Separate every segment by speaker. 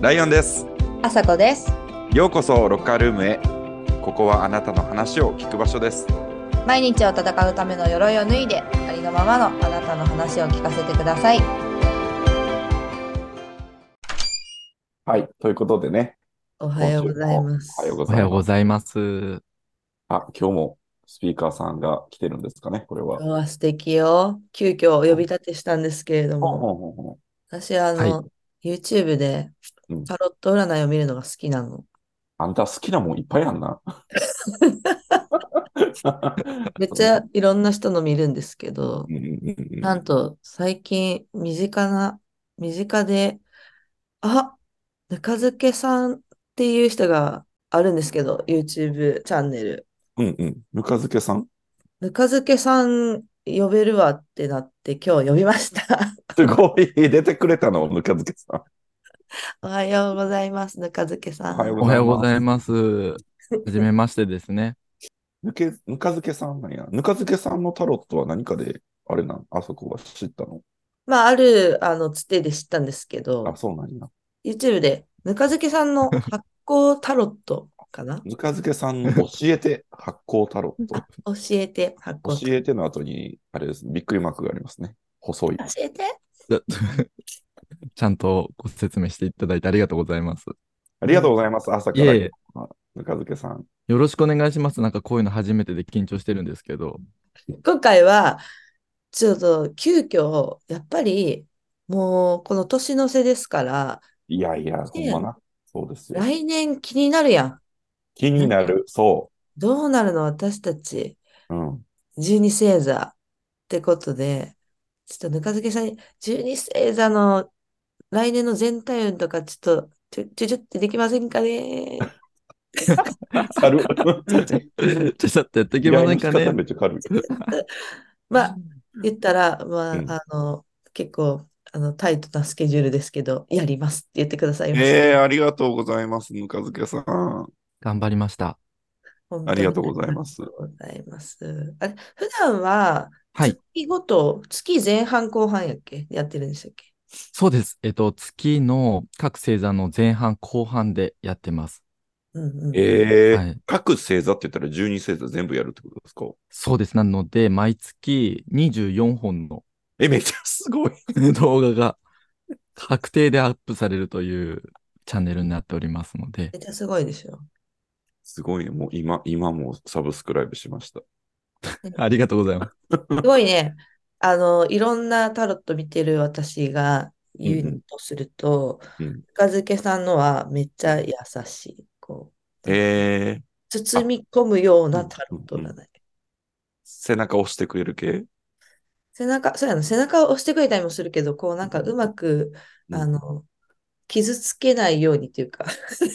Speaker 1: ライオンです
Speaker 2: あさこです。
Speaker 1: ようこそロッカールームへここはあなたの話を聞く場所です
Speaker 2: 毎日を戦うための鎧を脱いで、ありのままのあなたの話を聞かせてください。
Speaker 1: はいということでね
Speaker 2: おはようございます。
Speaker 1: おはようご
Speaker 3: お
Speaker 1: ざ
Speaker 3: はよ
Speaker 1: いう
Speaker 3: ご
Speaker 1: ます
Speaker 3: ざいます。
Speaker 1: あ今日もスピーカーさんが来てるんですかねこれは
Speaker 2: 今日は素敵よ。急遽お呼び立てしたんですけれど
Speaker 1: ほんほ
Speaker 2: も、
Speaker 1: んほんほん
Speaker 2: 私、あの、
Speaker 3: は
Speaker 2: YouTube で
Speaker 1: うん
Speaker 2: タロット占いを見るのが好きなの。
Speaker 1: あんた好きなもんいっぱいあんな
Speaker 2: めっちゃいろんな人の見るんですけど
Speaker 1: う、んうんうんうん
Speaker 2: なんと最近身近な、身近で、あ、ぬか漬けさんっていう人があるんですけど、YouTube チャンネル。
Speaker 1: うんうんぬか漬けさん
Speaker 2: ぬか漬けさん呼べるわってなって今日呼びました。
Speaker 1: すごい出てくれたのぬか漬けさん
Speaker 2: おはようございます、ぬか漬けさん。
Speaker 1: おはよう
Speaker 3: おはようございます。はじめましてですね。
Speaker 1: ぬけぬか漬けさんなんやぬか漬けさんのタロットは何かであれなんあそこは知ったの
Speaker 2: まあ、ある、あの、つてで知ったんですけ
Speaker 1: あ
Speaker 2: ど、
Speaker 1: そうなんや
Speaker 2: YouTube でぬか漬けさ んの発酵タロットかな
Speaker 1: ぬか漬けさんの教えて発酵タロッ ト
Speaker 2: あ教えて、発酵
Speaker 1: 教えての後に、あれです。びっくりマークがありますね。細い。
Speaker 2: 教えて。
Speaker 3: だちゃんとご説明していただいてありがとうございます。
Speaker 1: ありがとうございます。朝か
Speaker 3: いえ
Speaker 1: ら
Speaker 3: いえ、
Speaker 1: ぬか漬けさん。
Speaker 3: よろしくお願いします。なんかこういうの初めてで緊張してるんですけ ど。
Speaker 2: 今回は、ちょっと急遽、やっぱり、もう、この年の瀬ですから、
Speaker 1: いやいや、
Speaker 2: え
Speaker 1: ほ
Speaker 2: い
Speaker 1: ん
Speaker 2: え
Speaker 1: まな。そうですよ。
Speaker 2: 来年気になるやん。
Speaker 1: 気になる。そ
Speaker 2: どうなるの、私たち。
Speaker 1: う。 うん。
Speaker 2: 十二星座ってことで、ちょっとぬか漬けさんに、十二星座の来年の全体運とか、ちょっと、ちょ、ちょ、ちょってできません かね
Speaker 1: 軽い。
Speaker 3: ちょっとやっていきませんか
Speaker 1: 依頼の仕方
Speaker 3: ね。
Speaker 1: めっちゃ軽い。
Speaker 2: まあ、言ったら、まあ、
Speaker 1: うん
Speaker 2: あの、結構、あの、タイトなスケジュールですけど、やりますって言ってくださいました。
Speaker 1: ええありがとうございます。ぬか漬けさん。
Speaker 3: 頑張りました。
Speaker 2: 本当
Speaker 1: あ
Speaker 2: に
Speaker 1: りがとうございます
Speaker 2: ありがとうございます。あれ、普段は、
Speaker 3: はい。
Speaker 2: 月ごと、月前半後半やっけやってるんでしたっけ
Speaker 3: そうです。えっと、月の各星座の前半、後半でやってます。
Speaker 2: うんうん。
Speaker 1: ええ
Speaker 3: はい
Speaker 1: 各星座って言ったら12星座全部やるってことですか
Speaker 3: そうです。なので、毎月24本の
Speaker 1: え、めっちゃすごい。
Speaker 3: 動画が確定でアップされるというチャンネルになっておりますので
Speaker 2: め。っちゃすごいでしょ。
Speaker 1: すごいね。もう今、今もサブスクライブしました。
Speaker 3: ありがとうございます。
Speaker 2: すごいね、あの、いろんなタロット見てる私が
Speaker 1: う
Speaker 2: 言
Speaker 1: んう
Speaker 2: うとすると、
Speaker 1: うん
Speaker 2: ぬか漬けさんのはめっちゃ優しい。こう、
Speaker 1: ええ
Speaker 2: 包み込むようなタロット
Speaker 1: う
Speaker 2: が
Speaker 1: ん
Speaker 2: ない。
Speaker 1: 背中押してくれる系
Speaker 2: 背中、そうやな、背中を押してくれたりもするけど、こう、なんかうまく、
Speaker 1: うん
Speaker 2: あの、傷つけないようにっていうか、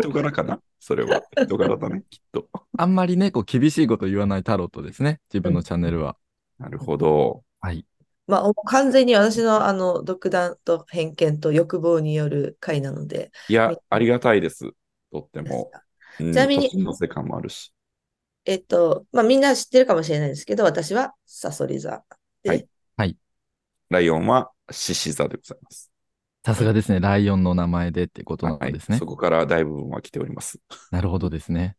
Speaker 1: 人柄かなそれは。人柄 だね、きっと。
Speaker 3: あんまりね、こう、厳しいこと言わないタロットですね。自分のチャンネルは。
Speaker 1: なるほど。
Speaker 3: はい。
Speaker 2: まあ、もう完全に私の、あの、独断と偏見と欲望による回なので、
Speaker 1: いや
Speaker 2: はい、
Speaker 1: ありがたいです。とっても。ち
Speaker 2: ちなみに
Speaker 1: の世界もあるし。
Speaker 2: えっと、まあ、みんな知ってるかもしれないですけど、私はサソリ座で、
Speaker 1: はいライオンは獅子座でございます。
Speaker 3: さすがですね、ライオンの名前でってことなんです
Speaker 1: は
Speaker 3: ね
Speaker 1: い。そ。こから大部分は来ております。
Speaker 3: なるほどですね。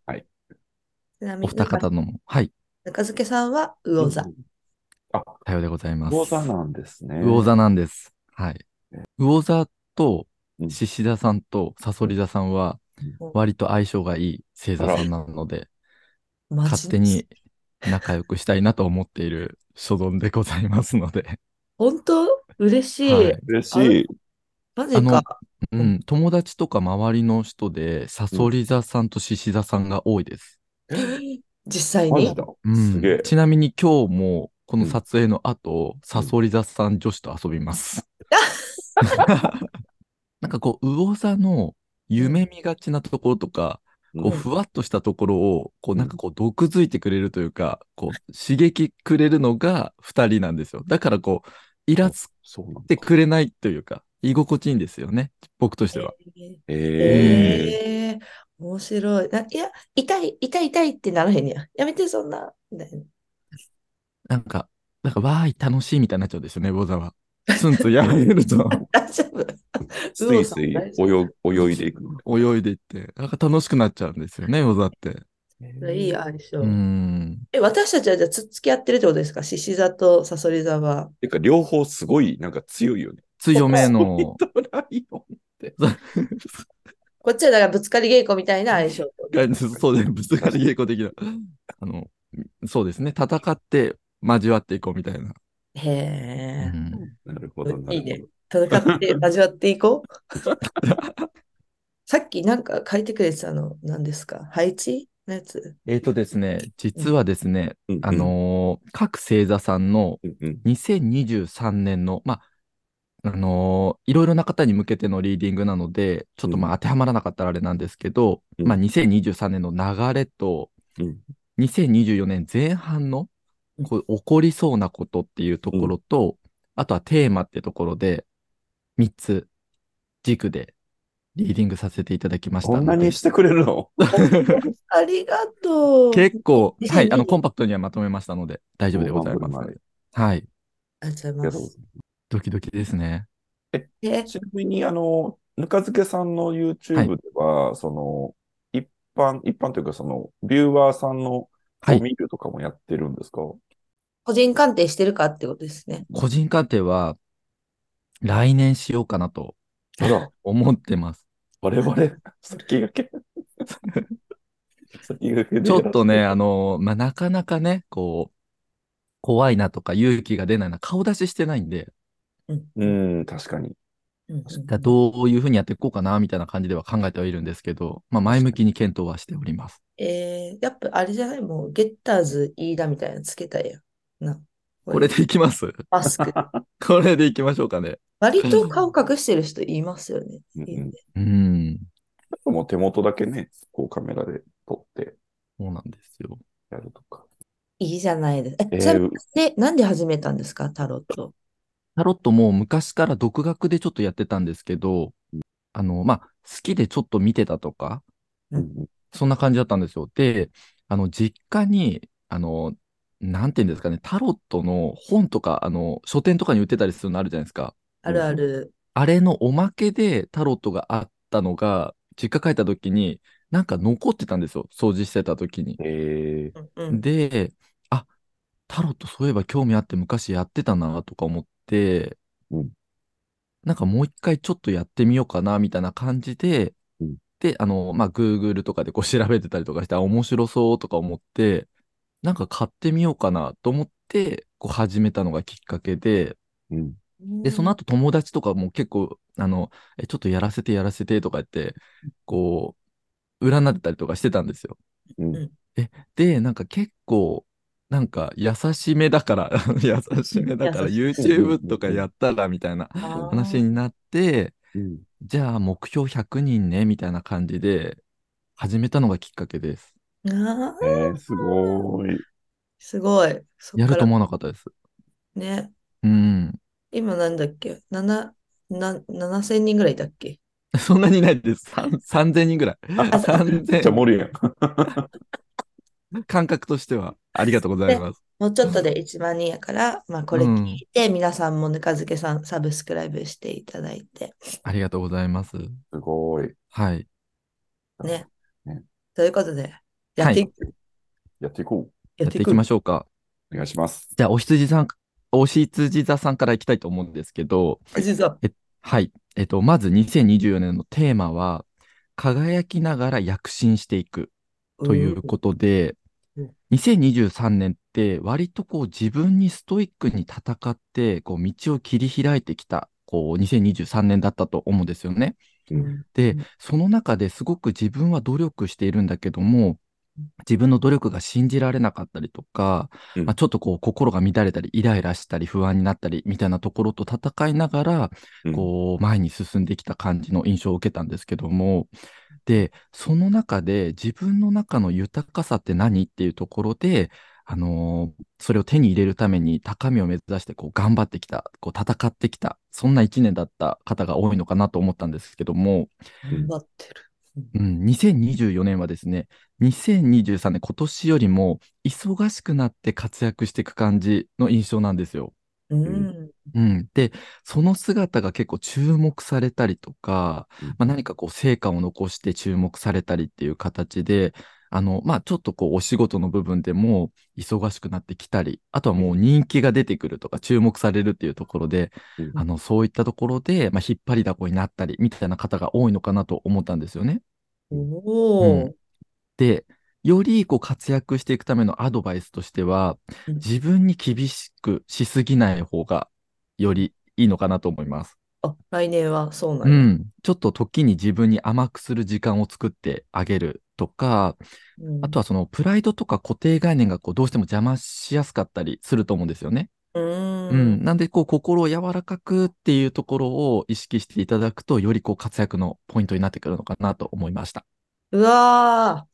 Speaker 2: ちなみ
Speaker 3: お
Speaker 2: に、
Speaker 3: 二方のも。はい。
Speaker 2: ぬか漬けさんは魚座
Speaker 1: う。ん
Speaker 3: さようでございます。
Speaker 1: 魚座なんですね。
Speaker 3: 魚座なんです。はい。魚座と
Speaker 1: う、ん
Speaker 3: 獅子座さんと、サソリ座さんは、割と相性がいい星座さんなので、
Speaker 2: マジ
Speaker 3: 勝手に仲良くしたいなと思っている所存でございますので。
Speaker 2: 本当嬉しい。
Speaker 3: はい。
Speaker 1: 嬉しい。
Speaker 2: マジか。
Speaker 3: うん。友達とか周りの人で、サソリ座さんと獅子座さんが多いです。
Speaker 2: 実際
Speaker 1: マジ
Speaker 2: に。
Speaker 1: だ。
Speaker 3: うん
Speaker 1: すげえ。
Speaker 3: ちなみに今日もこの
Speaker 1: うん
Speaker 3: 撮影の後、サソリ座さん女子と遊び ます。なんかこう、魚座の夢見がちなところとか、こう
Speaker 2: うん
Speaker 3: ふわっとしたところを、こ
Speaker 1: う
Speaker 3: う
Speaker 1: ん
Speaker 3: なんかこう、毒づいてくれるというか、こう、刺激くれるのが2人なんですよ。だからこう、イラつ
Speaker 1: そうなん
Speaker 3: い
Speaker 1: だ
Speaker 3: て。くれないというか、居心地いいんですよね。僕としては。
Speaker 1: ええ
Speaker 2: ええ面白い。ないや、痛い、痛い、痛いってならへんや。やめて、そんな。み たいな
Speaker 3: なんか、なんか、わーい、楽しいみたいになっちゃうんですよね、魚座は。ツンツンやめると。
Speaker 2: 大丈夫。
Speaker 1: スイスイ
Speaker 2: 右往左
Speaker 1: 泳ぐ泳いでいく。
Speaker 3: 泳いでいって、なんか楽しくなっちゃうんですよね、魚座って。
Speaker 2: いい相性。
Speaker 3: うん。
Speaker 2: え、私たちはじゃあつっつき合ってるってことですか獅子座とサソリ座は。
Speaker 1: てか、両方すごい、なんか強い よね。
Speaker 3: 強めの。
Speaker 1: ドライオンって。
Speaker 2: こっちはだからぶつかり稽古みたいな相性ってこと
Speaker 3: いやそうです。ぶつかり稽古的な。あの、そうですね。戦って交わっていこうみたいな。
Speaker 2: へえ。
Speaker 3: うん
Speaker 1: なるほど、なるほど。
Speaker 2: いいね戦 って味わっていこう。 さっきなんか書いてくれてたの何ですか配置のやつ
Speaker 3: えっ、とですね、実はですね、
Speaker 1: うんうん
Speaker 3: あ、のー各星座さんの
Speaker 1: うんうん
Speaker 3: 2023年の、まあ、あのーいろいろな方に向けてのリーディングなので、ちょっとまあ当てはまらなかったらあれなんですけど、
Speaker 1: うん
Speaker 3: まあ2023年の流れと、
Speaker 1: うん
Speaker 3: 2024年前半のこう起こりそうなことっていうところと、あとはテーマってところで、3つ軸でリーディングさせていただきました
Speaker 1: こんな
Speaker 3: ので
Speaker 1: にしてくれるの
Speaker 2: ありがとう。
Speaker 3: 結構、
Speaker 2: 2022
Speaker 3: はい、あの、コンパクトにはまとめましたので、大丈夫でございま
Speaker 1: もう半分
Speaker 3: す。はい。
Speaker 2: ありがとうご
Speaker 1: け
Speaker 2: ざい
Speaker 1: ど
Speaker 2: ます。
Speaker 3: ドキドキですね。
Speaker 2: え
Speaker 1: ちなみに、あの、ぬか漬けさんの YouTube では、その、一般、一般というか、その、ビューワーさんの
Speaker 3: はい
Speaker 1: を見るとかもやってるんですか、
Speaker 2: 個人鑑定してるかってことですね。
Speaker 3: 個人鑑定は、来年しようかなと
Speaker 1: あら、
Speaker 3: 思ってます。
Speaker 1: 我々、 先駆 け。先駆けで
Speaker 3: ちょっとね、あの、まあ、なかなかね、こう、怖いなとか勇気が出ないな、顔出ししてないんで、
Speaker 1: うん、確かに。
Speaker 2: うん
Speaker 3: だどういうふうにやっていこうかな、みたいな感じでは考えてはいるんですけど、まあ、前向きに検討はしております。
Speaker 2: えー、やっぱあれじゃないもう、ゲッターズ飯田みたいなのつけたいやんな。
Speaker 3: これでいきます
Speaker 2: マスク。
Speaker 3: これでいきましょうかね。
Speaker 2: 割と顔隠してる人いますよね。
Speaker 1: うんうん
Speaker 2: いいね
Speaker 3: うん。
Speaker 1: もう手元だけね、こうカメラで撮って
Speaker 3: そうなんですよ。
Speaker 1: やるとか。
Speaker 2: いいじゃないですか。
Speaker 1: え
Speaker 2: え、ちなみ
Speaker 1: ー
Speaker 2: にで、なんで始めたんですかタロット。
Speaker 3: タロットも昔から独学でちょっとやってたんですけど、あの、まあ、好きでちょっと見てたとか、
Speaker 1: うんうん
Speaker 3: そんな感じだったんですよ。で、あの、実家に、あの、なんていうんですかね、タロットの本とか、あの、書店とかに売ってたりするのあるじゃないですか。
Speaker 2: あるある。
Speaker 3: あれのおまけでタロットがあったのが、実家帰った時に、なんか残ってたんですよ。掃除してた時に。
Speaker 1: えー
Speaker 2: うんうん。
Speaker 3: で、あ、タロットそういえば興味あって昔やってたなとか思って、
Speaker 1: うん
Speaker 3: なんかもう一回ちょっとやってみようかなみたいな感じで、
Speaker 1: うん
Speaker 3: で、あの、まあ、Google とかでこう調べてたりとかして、あ、面白そうとか思って、なんか買ってみようかなと思って、こう始めたのがきっかけで、
Speaker 1: うん、
Speaker 3: で、その後友達とかも結構、あの、え、ちょっとやらせてやらせてとか言って、こう、占ってたりとかしてたんですよ。
Speaker 1: うん
Speaker 2: うん
Speaker 3: で、なんか結構、なんか優しめだから、 優しめだから
Speaker 2: 優しい
Speaker 3: YouTube とかやったらみたいな
Speaker 2: あー
Speaker 3: 話になって、
Speaker 1: うん
Speaker 3: じゃあ目標100人ね、みたいな感じで始めたのがきっかけです。
Speaker 2: あ
Speaker 1: え
Speaker 2: ー
Speaker 1: ー、すごーい。
Speaker 2: すごい。そっ
Speaker 3: やる
Speaker 2: か
Speaker 3: と
Speaker 2: ら
Speaker 3: 思わなかったです。
Speaker 2: ね。
Speaker 3: うん。
Speaker 2: 今なんだっけ ?7、な7000人ぐらいだっけ
Speaker 3: そんなにないです。さん3000人ぐらい。
Speaker 1: めっちゃ
Speaker 3: 3000、
Speaker 1: 盛るやん。
Speaker 3: 感覚としてはありがとうございます。
Speaker 2: もうちょっとで1万人やから、まあこれ聞いて、皆さんもぬか漬けさんサブスクライブしていただいて。
Speaker 3: ありがとうございます。
Speaker 1: すごーい。
Speaker 3: はい。
Speaker 2: ね
Speaker 1: ね。
Speaker 2: ということで、やってい
Speaker 1: やっていこう。
Speaker 3: や
Speaker 2: や
Speaker 3: っ
Speaker 2: っ
Speaker 3: て
Speaker 2: てい
Speaker 3: い
Speaker 2: く
Speaker 3: きましょうか。
Speaker 1: お願いします。
Speaker 3: じゃあ、お羊さん、お羊座さんからいきたいと思うんですけど、
Speaker 2: 実は
Speaker 3: はい。えっと、まず2024年のテーマは、輝きながら躍進していくということで
Speaker 2: うん、
Speaker 3: 2023年って割とこう自分にストイックに戦って、こう道を切り開いてきた、こう2023年だったと思うんですよね。
Speaker 2: うんうん
Speaker 3: で
Speaker 2: うん、
Speaker 3: その中ですごく自分は努力しているんだけども、自分の努力が信じられなかったりとか、
Speaker 1: うん
Speaker 3: まあ、ちょっとこう心が乱れたり、イライラしたり、不安になったりみたいなところと戦いながら、
Speaker 1: うん
Speaker 3: こう前に進んできた感じの印象を受けたんですけども、で、その中で自分の中の豊かさって何っていうところで、あのーそれを手に入れるために高みを目指してこう頑張ってきた、こう戦ってきた、そんな一年だった方が多いのかなと思ったんですけども、
Speaker 2: 頑張ってる。
Speaker 3: うん、2024年はですね、2023年、今年よりも忙しくなって活躍していく感じの印象なんですよ。
Speaker 2: うん。
Speaker 3: うん、で、その姿が結構注目されたりとか、
Speaker 1: うん
Speaker 3: まあ、何かこう成果を残して注目されたりっていう形で、あの、まあ、ちょっとこうお仕事の部分でも忙しくなってきたり、あとはもう人気が出てくるとか注目されるっていうところで、
Speaker 1: うん
Speaker 3: あの、そういったところで、まあ、引っ張りだこになったりみたいな方が多いのかなと思ったんですよね。
Speaker 2: おー。
Speaker 3: で、よりこう活躍していくためのアドバイスとしては、
Speaker 2: うん
Speaker 3: 自分に厳しくしすぎない方がよりいいのかなと思います。
Speaker 2: あ、来年はそうな
Speaker 3: うん
Speaker 2: や。
Speaker 3: ん。ちょっと時に自分に甘くする時間を作ってあげるとか、
Speaker 2: うん
Speaker 3: あとはそのプライドとか固定概念がこうどうしても邪魔しやすかったりすると思うんですよね。
Speaker 2: うん。
Speaker 3: うん。なんでこう心を柔らかくっていうところを意識していただくと、よりこう活躍のポイントになってくるのかなと思いました。
Speaker 2: うわ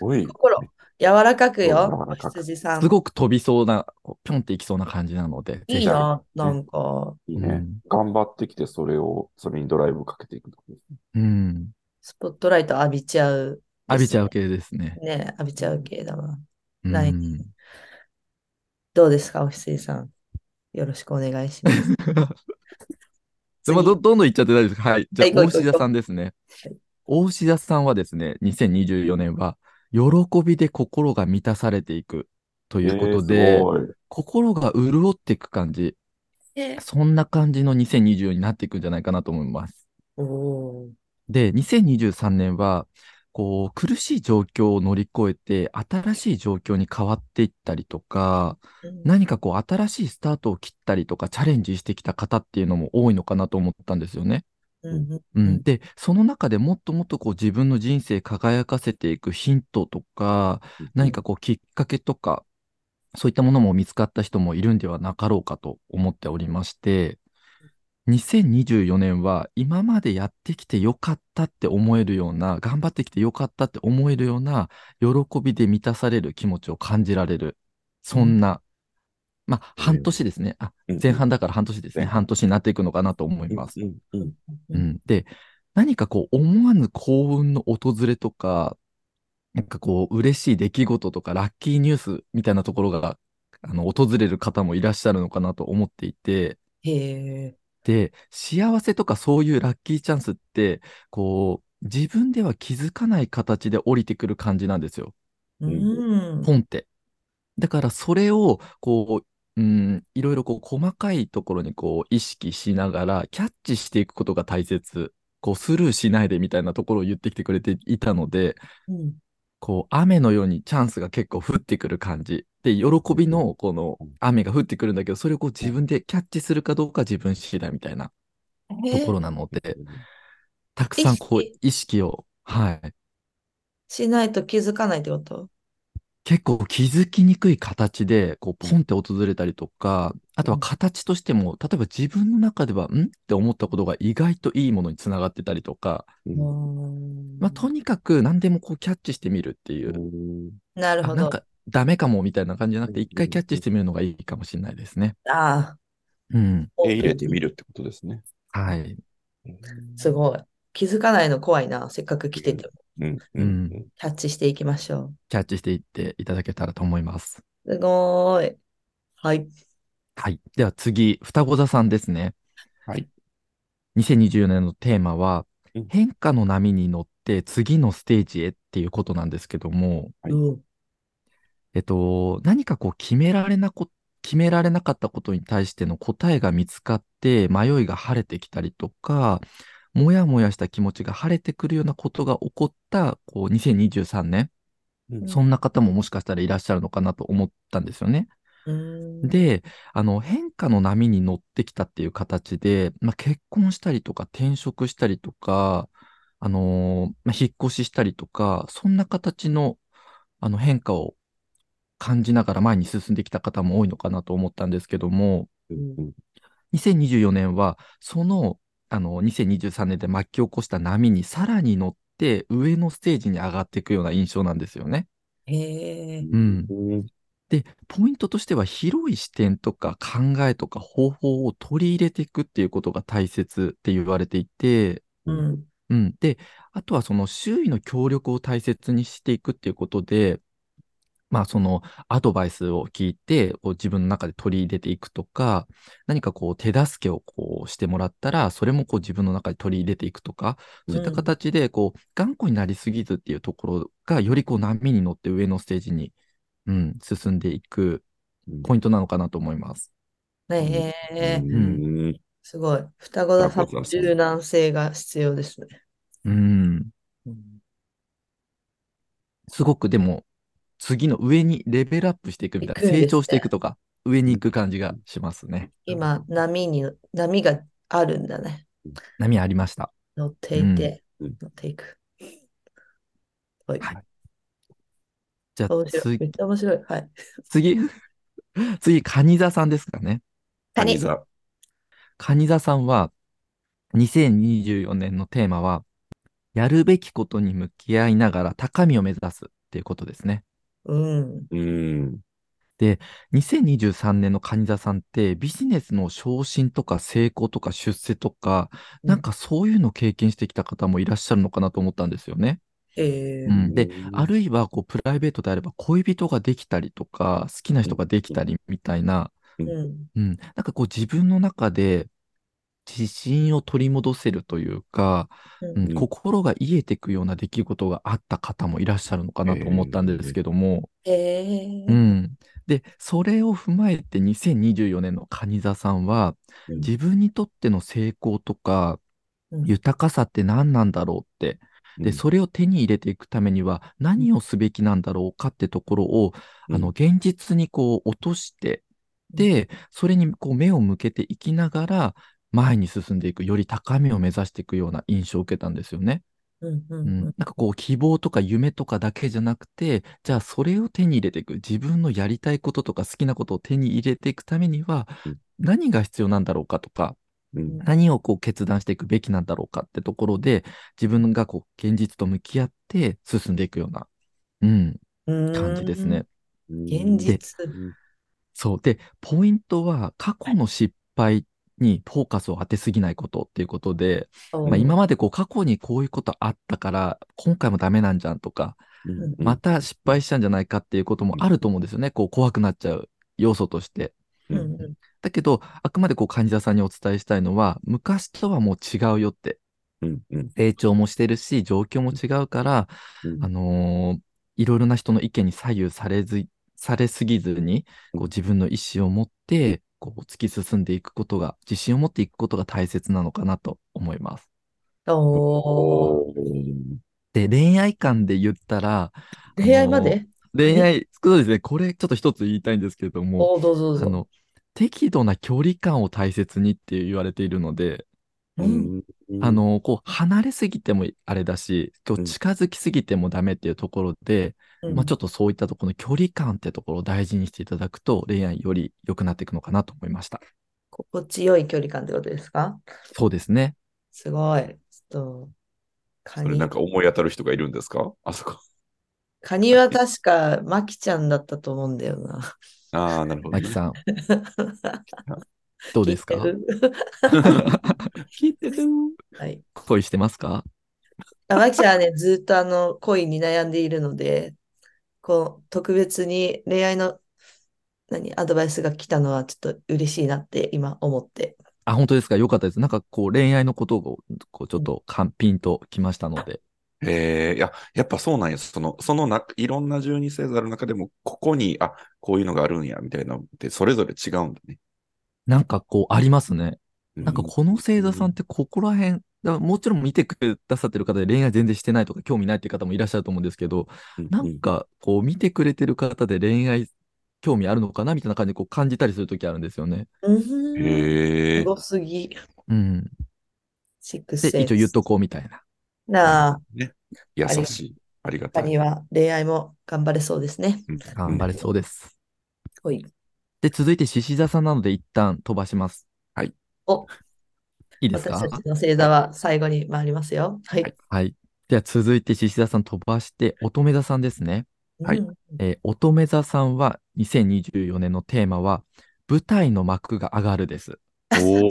Speaker 1: おい
Speaker 2: ー。、心、柔らかくよ、
Speaker 1: 柔らかく
Speaker 2: 羊さん。
Speaker 3: すごく飛びそうな、こうぴょんっていきそうな感じなので、
Speaker 2: いい
Speaker 1: ぜひ
Speaker 2: な、なんか、
Speaker 1: いい
Speaker 3: うん
Speaker 1: ね。頑張ってきて、それを、それにドライブかけていくとこですね。
Speaker 3: うん。
Speaker 2: スポットライト浴びちゃう。
Speaker 3: 浴びちゃう系ですね。
Speaker 2: ね、浴びちゃう系だな。
Speaker 3: うん
Speaker 2: 来年どうですか、おひつじさん。よろしくお願いし ます。
Speaker 3: でまあどどんどんいっちゃって大丈夫です。はい。じゃあ
Speaker 2: は、い
Speaker 3: 大志田さんですね
Speaker 2: はい。
Speaker 3: 大志田さんはですね、2024年は、喜びで心が満たされていくということ
Speaker 1: えー
Speaker 3: で、
Speaker 1: すごい。
Speaker 3: 心が潤っていく感じ、
Speaker 2: 次
Speaker 3: そんな感じの2024になっていくんじゃないかなと思います。
Speaker 2: おー
Speaker 3: で、2023年は、こう、苦しい状況を乗り越えて、新しい状況に変わっていったりとか、
Speaker 2: うん
Speaker 3: 何かこう、新しいスタートを切ったりとか、チャレンジしてきた方っていうのも多いのかなと思ったんですよね。
Speaker 2: うんうん
Speaker 3: う、
Speaker 2: うんん
Speaker 3: で、その中でもっともっとこう自分の人生輝かせていくヒントとか、何かこうきっかけとか、そういったものも見つかった人もいるんではなかろうかと思っておりまして、2024年は今までやってきてよかったって思えるような、頑張ってきてよかったって思えるような、喜びで満たされる気持ちを感じられる。そんな、まあ、
Speaker 1: うん
Speaker 3: 半年ですね。あ、
Speaker 1: うん
Speaker 3: 前半だから半年ですね。
Speaker 1: 前半
Speaker 3: 半年になっていくのかなと思います。
Speaker 1: うんうん
Speaker 3: う
Speaker 2: うん
Speaker 3: ん、で、何かこう、思わぬ幸運の訪れとか、なんかこう、嬉しい出来事とか、ラッキーニュースみたいなところが、あの、訪れる方もいらっしゃるのかなと思っていて、
Speaker 2: へえ。
Speaker 3: で、幸せとかそういうラッキーチャンスって、こう、自分では気づかない形で降りてくる感じなんですよ。
Speaker 2: う
Speaker 1: うん
Speaker 2: ん。
Speaker 3: ポンって。だからそれを、こう、うん、いろいろこう細かいところにこう意識しながらキャッチしていくことが大切。こうスルーしないでみたいなところを言ってきてくれていたので、
Speaker 2: うん
Speaker 3: こう雨のようにチャンスが結構降ってくる感じ。で、喜びのこの雨が降ってくるんだけど、それをこう自分でキャッチするかどうか自分次第みたいなと
Speaker 2: へえ
Speaker 3: ころなので、たくさんこう
Speaker 2: 意
Speaker 3: 意識を、はい。
Speaker 2: しないと気づかないってこと
Speaker 3: 結構気づきにくい形で、こう、ポンって訪れたりとか、あとは形としても、例えば自分の中では、んって思ったことが意外といいものにつながってたりとか、
Speaker 1: うん
Speaker 3: まあ、とにかく何でもこう、キャッチしてみるっていう、
Speaker 2: なる
Speaker 3: あ
Speaker 2: ほ
Speaker 3: なん
Speaker 2: ど。
Speaker 3: か、ダメかもみたいな感じじゃなくて、
Speaker 1: うん
Speaker 3: 一回キャッチしてみるのがいいかもしれないですね。
Speaker 2: ああ、
Speaker 3: うん。
Speaker 1: 手入れてみるってことですね。
Speaker 3: はい。
Speaker 2: すごい。気づかないの怖いな。せっかく来てても。
Speaker 1: うんうんうん
Speaker 2: キャッチしていきましょ
Speaker 3: キャッチしていっていただけたらと思います。
Speaker 2: う。すごーい。はい。
Speaker 3: はい。では次、双子座さんですね。
Speaker 1: はい。
Speaker 3: 2024年のテーマは
Speaker 1: うん、
Speaker 3: 変化の波に乗って次のステージへっていうことなんですけども、
Speaker 1: はい
Speaker 2: うん
Speaker 3: えっと、何かこう決められなこ、決められなかったことに対しての答えが見つかって、迷いが晴れてきたりとか、もやもやした気持ちが晴れてくるようなことが起こった、こう、2023年、
Speaker 1: うん
Speaker 3: そんな方ももしかしたらいらっしゃるのかなと思ったんですよね。
Speaker 2: うん
Speaker 3: で、あの、変化の波に乗ってきたっていう形で、まあ、結婚したりとか転職したりとか、あのーまあ、引っ越ししたりとか、そんな形の、あの変化を感じながら前に進んできた方も多いのかなと思ったんですけども、
Speaker 1: うん
Speaker 3: 2024年は、その、あの、2023年で巻き起こした波にさらに乗って上のステージに上がっていくような印象なんですよね。
Speaker 2: へえ。
Speaker 3: うん
Speaker 1: うん
Speaker 3: で、ポイントとしては広い視点とか考えとか方法を取り入れていくっていうことが大切って言われていて、
Speaker 2: うん。
Speaker 3: うん。で、あとはその周囲の協力を大切にしていくっていうことで、まあ、そのアドバイスを聞いて、こう自分の中で取り入れていくとか、何かこう手助けをこうしてもらったら、それもこう自分の中で取り入れていくとか、そういった
Speaker 2: うん
Speaker 3: 形で、こう、頑固になりすぎずっていうところが、よりこう波に乗って上のステージに、うん、進んでいくポイントなのかなと思います。
Speaker 2: ねえ、
Speaker 1: うん
Speaker 2: すごい。双子ださ
Speaker 1: 双
Speaker 2: ん
Speaker 1: 子座
Speaker 2: も
Speaker 1: さん
Speaker 2: 柔軟性が必要ですね。
Speaker 3: うん。すごくでも、次の上にレベルアップしていくみたいな、
Speaker 2: 行くんですね
Speaker 3: 成長していくとか、上に行く感じがしますね。
Speaker 2: 今、波に、波があるんだね。
Speaker 3: 波ありました。
Speaker 2: 乗ってい
Speaker 1: う
Speaker 2: て、
Speaker 1: んうん
Speaker 2: 乗っていく。はい。
Speaker 3: はいじゃあ
Speaker 2: 面白い。め
Speaker 3: 次、
Speaker 2: っちゃ面白い。はい。
Speaker 3: 次、 次、カニ座さんですかね。
Speaker 2: カニ
Speaker 1: 蟹座。
Speaker 3: カニ座さんは、2024年のテーマは、やるべきことに向き合いながら高みを目指すっていうことですね。
Speaker 2: うん。
Speaker 1: うん。
Speaker 3: 2023年のカニ座さんってビジネスの昇進とか成功とか出世とか、
Speaker 2: うん
Speaker 3: なんかそういうのを経験してきた方もいらっしゃるのかなと思ったんですよね。
Speaker 2: え
Speaker 3: う
Speaker 2: ー、
Speaker 3: ん、で、
Speaker 1: うん
Speaker 3: あるいはこうプライベートであれば恋人ができたりとか、好きな人ができたりみたいな、
Speaker 2: うん。
Speaker 3: うん、なんかこう自分の中で自信を取り戻せるというか、
Speaker 2: う
Speaker 3: うんん、心が癒えていくような出来事があった方もいらっしゃるのかなと思ったんですけども、
Speaker 2: え
Speaker 3: う
Speaker 2: ー、
Speaker 3: ん。で、それを踏まえて2024年の蟹座さんは、
Speaker 1: うん
Speaker 3: 自分にとっての成功とか
Speaker 2: うん
Speaker 3: 豊かさって何なんだろうって、で、それを手に入れていくためには何をすべきなんだろうかってところを、
Speaker 1: うん
Speaker 3: あの、現実にこう落として、で、それにこう目を向けていきながら、前に進んでいく、より高みを目指していくような印象を受けたんですよね。
Speaker 2: うんう
Speaker 3: うんん、
Speaker 2: う
Speaker 3: なんんかこう希望とか夢とかだけじゃなくて、じゃあそれを手に入れていく、自分のやりたいこととか好きなことを手に入れていくためには
Speaker 1: うん、
Speaker 3: 何が必要なんだろうかとか、
Speaker 1: うん。
Speaker 3: 何をこう決断していくべきなんだろうかってところで、自分がこう現実と向き合って進んでいくような、うん、
Speaker 2: うん。
Speaker 3: 感じですね。
Speaker 2: 現実。
Speaker 3: そう。で、ポイントは過去の失敗にフォーカスを当てすぎないことっていうことで、まあ、今までこう過去にこういうことあったから、今回もダメなんじゃんとか、
Speaker 1: うん
Speaker 3: また失敗したんじゃないかっていうこともあると思うんですよね。こう怖くなっちゃう要素として。
Speaker 2: うん
Speaker 1: うん
Speaker 2: うん
Speaker 3: だけど、あくまでこう患者さんにお伝えしたいのは、昔とはもう違うよって。
Speaker 1: うんうん
Speaker 3: 成長もしてるし、状況も違うから、
Speaker 1: うん
Speaker 3: あのーいろいろな人の意見に左右されず、されすぎずに、こう自分の意思を持って、こう突き進んでいくことが、自信を持っていくことが大切なのかなと思います。
Speaker 2: おー
Speaker 1: おー
Speaker 3: で、恋愛観で言ったら、
Speaker 2: 恋愛まで
Speaker 3: 恋愛、そうですね、これちょっと一つ言いたいんですけれども、
Speaker 2: おーどうぞどう
Speaker 3: あ
Speaker 2: ぞ。
Speaker 3: の、適度な距離感を大切にって言われているので、
Speaker 2: うん
Speaker 3: あ、の、こう、離れすぎてもあれだし、こ
Speaker 1: う
Speaker 3: うん近づきすぎてもダメっていうところで、
Speaker 2: うん
Speaker 3: まあちょっとそういったところの距離感ってところを大事にしていただくと、恋愛より良くなっていくのかなと思いました。
Speaker 2: 心地よい距離感ってことですか
Speaker 3: そうですね。
Speaker 2: すごい。ちょっと、カ
Speaker 1: それ
Speaker 2: ニ
Speaker 1: なん、か思い当たる人がいるんですかあそこ。
Speaker 2: カニは確か、マキちゃんだったと思うんだよな。
Speaker 1: ああ、なるほど
Speaker 3: マ
Speaker 1: ね。
Speaker 3: キさん、どうですか
Speaker 2: 聞いてる
Speaker 1: 聞いてる。
Speaker 2: はい。
Speaker 3: 恋してますか
Speaker 2: あマキちゃんはね、ずっとあの、恋に悩んでいるので、こう、特別に恋愛の、何、アドバイスが来たのは、ちょっと嬉しいなって今思って。
Speaker 3: あ、本当ですか良かったです。なんかこう、恋愛のことを、こう、ちょっとかん、ピンときましたので。
Speaker 1: ええいや、やっぱそうなんや。その、そのな、いろんな十二星座の中でも、ここに、あ、こういうのがあるんや、みたいなのって、それぞれ違うんだね。
Speaker 3: なんかこう、ありますね。なんか
Speaker 1: う
Speaker 3: この星座さんってここら辺、だからもちろん見てくださってる方で恋愛全然してないとか興味ないっていう方もいらっしゃると思うんですけど、なん、かこう見てくれてる方で恋愛興味あるのかなみたいな感じでこう感じたりするときあるんですよね。
Speaker 2: う
Speaker 1: うん
Speaker 2: ん、
Speaker 1: へえ
Speaker 2: すごすぎ。
Speaker 3: うん。
Speaker 2: シックス
Speaker 3: で、
Speaker 2: セン
Speaker 3: 一応言っとこうみたいな。
Speaker 2: スなあ、
Speaker 1: 優しい。ありがた
Speaker 2: カ
Speaker 1: い。
Speaker 2: ニは恋愛も頑張れそうですね。
Speaker 1: うん
Speaker 3: 頑張れそうです。
Speaker 2: ほい。
Speaker 3: で、続いて獅子座さんなので一旦飛ばします。
Speaker 1: はい。
Speaker 2: お、
Speaker 3: いいですか
Speaker 2: 私たちの星座は最後に回りますよ。はい。
Speaker 3: はい。では続いて獅子座さん飛ばして乙女座さんですね。
Speaker 1: はい
Speaker 2: うん
Speaker 3: えー乙女座さんは2024年のテーマは舞台の幕が上がるです。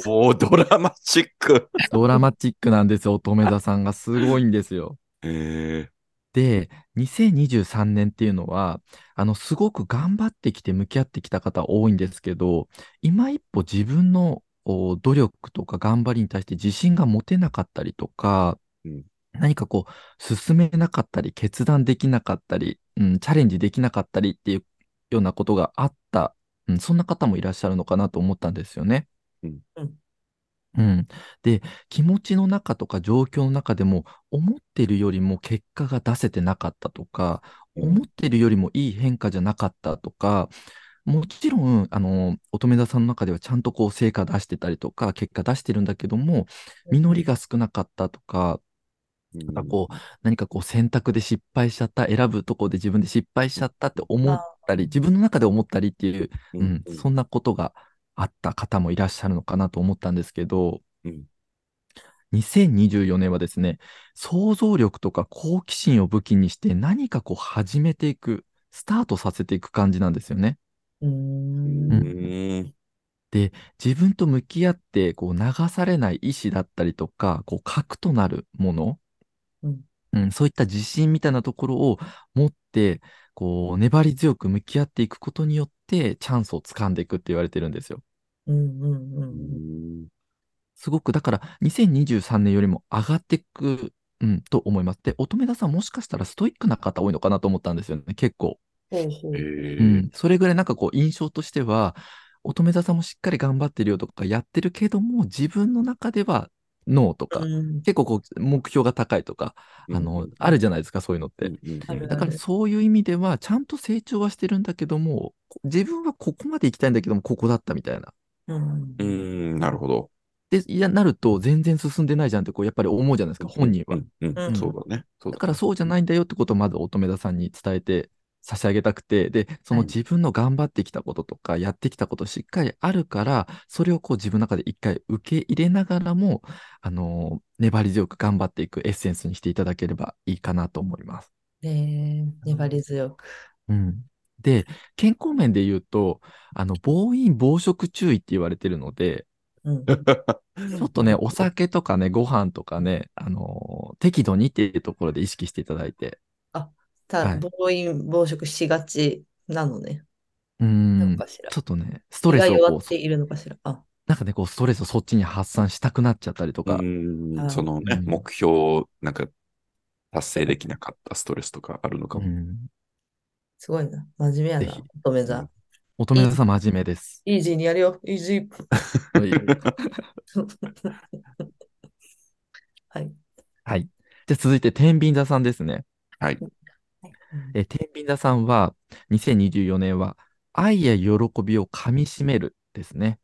Speaker 1: おお、ドラマチック。
Speaker 3: ドラマチックなんですよ、乙女座さんが。すごいんですよ。
Speaker 1: ええ
Speaker 3: で、2023年っていうのは、あの、すごく頑張ってきて向き合ってきた方多いんですけど、今一歩自分のお努力とか頑張りに対して自信が持てなかったりとか、
Speaker 1: うん
Speaker 3: 何かこう、進めなかったり、決断できなかったり、うん、チャレンジできなかったりっていうようなことがあった、うん、そんな方もいらっしゃるのかなと思ったんですよね。
Speaker 1: うん
Speaker 2: うん
Speaker 3: うん、で、気持ちの中とか状況の中でも、思ってるよりも結果が出せてなかったとか、
Speaker 1: うん
Speaker 3: 思ってるよりもいい変化じゃなかったとか、もちろん、あの、乙女座さんの中ではちゃんとこう成果出してたりとか、結果出してるんだけども、実りが少なかったとか、
Speaker 1: うん
Speaker 3: なんかこう、何かこう選択で失敗しちゃった、選ぶとこで自分で失敗しちゃったって思ったり、自分の中で思ったりっていう、
Speaker 1: う
Speaker 3: うん、そんなことがあった方もいらっしゃるのかなと思ったんですけど、
Speaker 1: うん
Speaker 3: 2024年はですね、想像力とか好奇心を武器にして何かこう始めていく、スタートさせていく感じなんですよね。
Speaker 2: うー。
Speaker 1: うんん。
Speaker 3: 自分と向き合って、こう流されない意志だったりとか、こう核となるもの、
Speaker 2: うん
Speaker 3: うん、そういった自信みたいなところを持って、こう粘り強く向き合っていくことによって、チャンスを掴んでいくって言われてるんですよ。
Speaker 2: うんうんう
Speaker 1: うんん
Speaker 3: すごく、だから2023年よりも上がっていく、うん、と思います。で、乙女座さんもしかしたらストイックな方多いのかなと思ったんですよね、結構。
Speaker 2: ほうほ
Speaker 1: え
Speaker 3: う
Speaker 2: う。
Speaker 1: ー
Speaker 3: ん。それぐらいなんかこう印象としては、乙女座さんもしっかり頑張ってるよとかやってるけども、自分の中ではノーとか、
Speaker 2: うん
Speaker 3: 結構こう目標が高いとか、あ
Speaker 1: う
Speaker 3: の
Speaker 1: ん、
Speaker 3: あるじゃないですか、そういうのって。
Speaker 1: うん
Speaker 2: ある
Speaker 3: だからそういう意味では、ちゃんと成長はしてるんだけども、こ自分はここまで行きたいんだけども、ここだったみたいな。
Speaker 2: うん
Speaker 1: う。ん、なるほど。
Speaker 3: で、いや、なると全然進んでないじゃんって、こう、やっぱり思うじゃないですか、本人は。
Speaker 1: うん。うん
Speaker 2: うん
Speaker 1: そうだね。そう
Speaker 3: だ
Speaker 1: だ
Speaker 3: からそうじゃないんだよってことをまず乙女座さんに伝えて差し上げたくて、で、その
Speaker 2: はい
Speaker 3: 自分の頑張ってきたこととか、やってきたことしっかりあるから、それをこう自分の中で一回受け入れながらも、あのー粘り強く頑張っていくエッセンスにしていただければいいかなと思います。
Speaker 2: ねえ、粘り強く。
Speaker 3: うん。で、健康面で言うと、あの、暴飲暴食注意って言われてるので、
Speaker 2: う ん。
Speaker 3: ちょっとね、お酒とかね、ご飯とかね、あのー適度にっていうところで意識していただいて、は
Speaker 2: た、
Speaker 3: い
Speaker 2: 暴飲暴食しがちなのね。
Speaker 3: う
Speaker 2: なんの、かしら。
Speaker 3: ちょっとね、ストレス
Speaker 2: 胃
Speaker 3: を
Speaker 2: が
Speaker 3: こ
Speaker 2: 弱
Speaker 3: う
Speaker 2: っ、ているのかしら。あ、
Speaker 3: なんかね、こう、ストレスをそっちに発散したくなっちゃったりと
Speaker 1: う
Speaker 3: か、
Speaker 1: ん
Speaker 2: あ
Speaker 1: その
Speaker 3: う
Speaker 1: ね
Speaker 3: ん、
Speaker 1: 目標をなんか達成できなかったストレスとかあるのか
Speaker 3: う
Speaker 1: も。
Speaker 3: ん
Speaker 2: すごいな。真面目や
Speaker 3: ぜ
Speaker 2: な
Speaker 3: ひ。
Speaker 2: 乙女座。
Speaker 3: 乙女座さん真面目です。
Speaker 2: イージーにやるよ。イージー。
Speaker 3: はい
Speaker 2: はい。
Speaker 3: はい。じゃあ続いて、天秤座さんですね。
Speaker 1: はい。
Speaker 3: え、天秤座さんは、2024年は、愛や喜びを噛み締めるですね。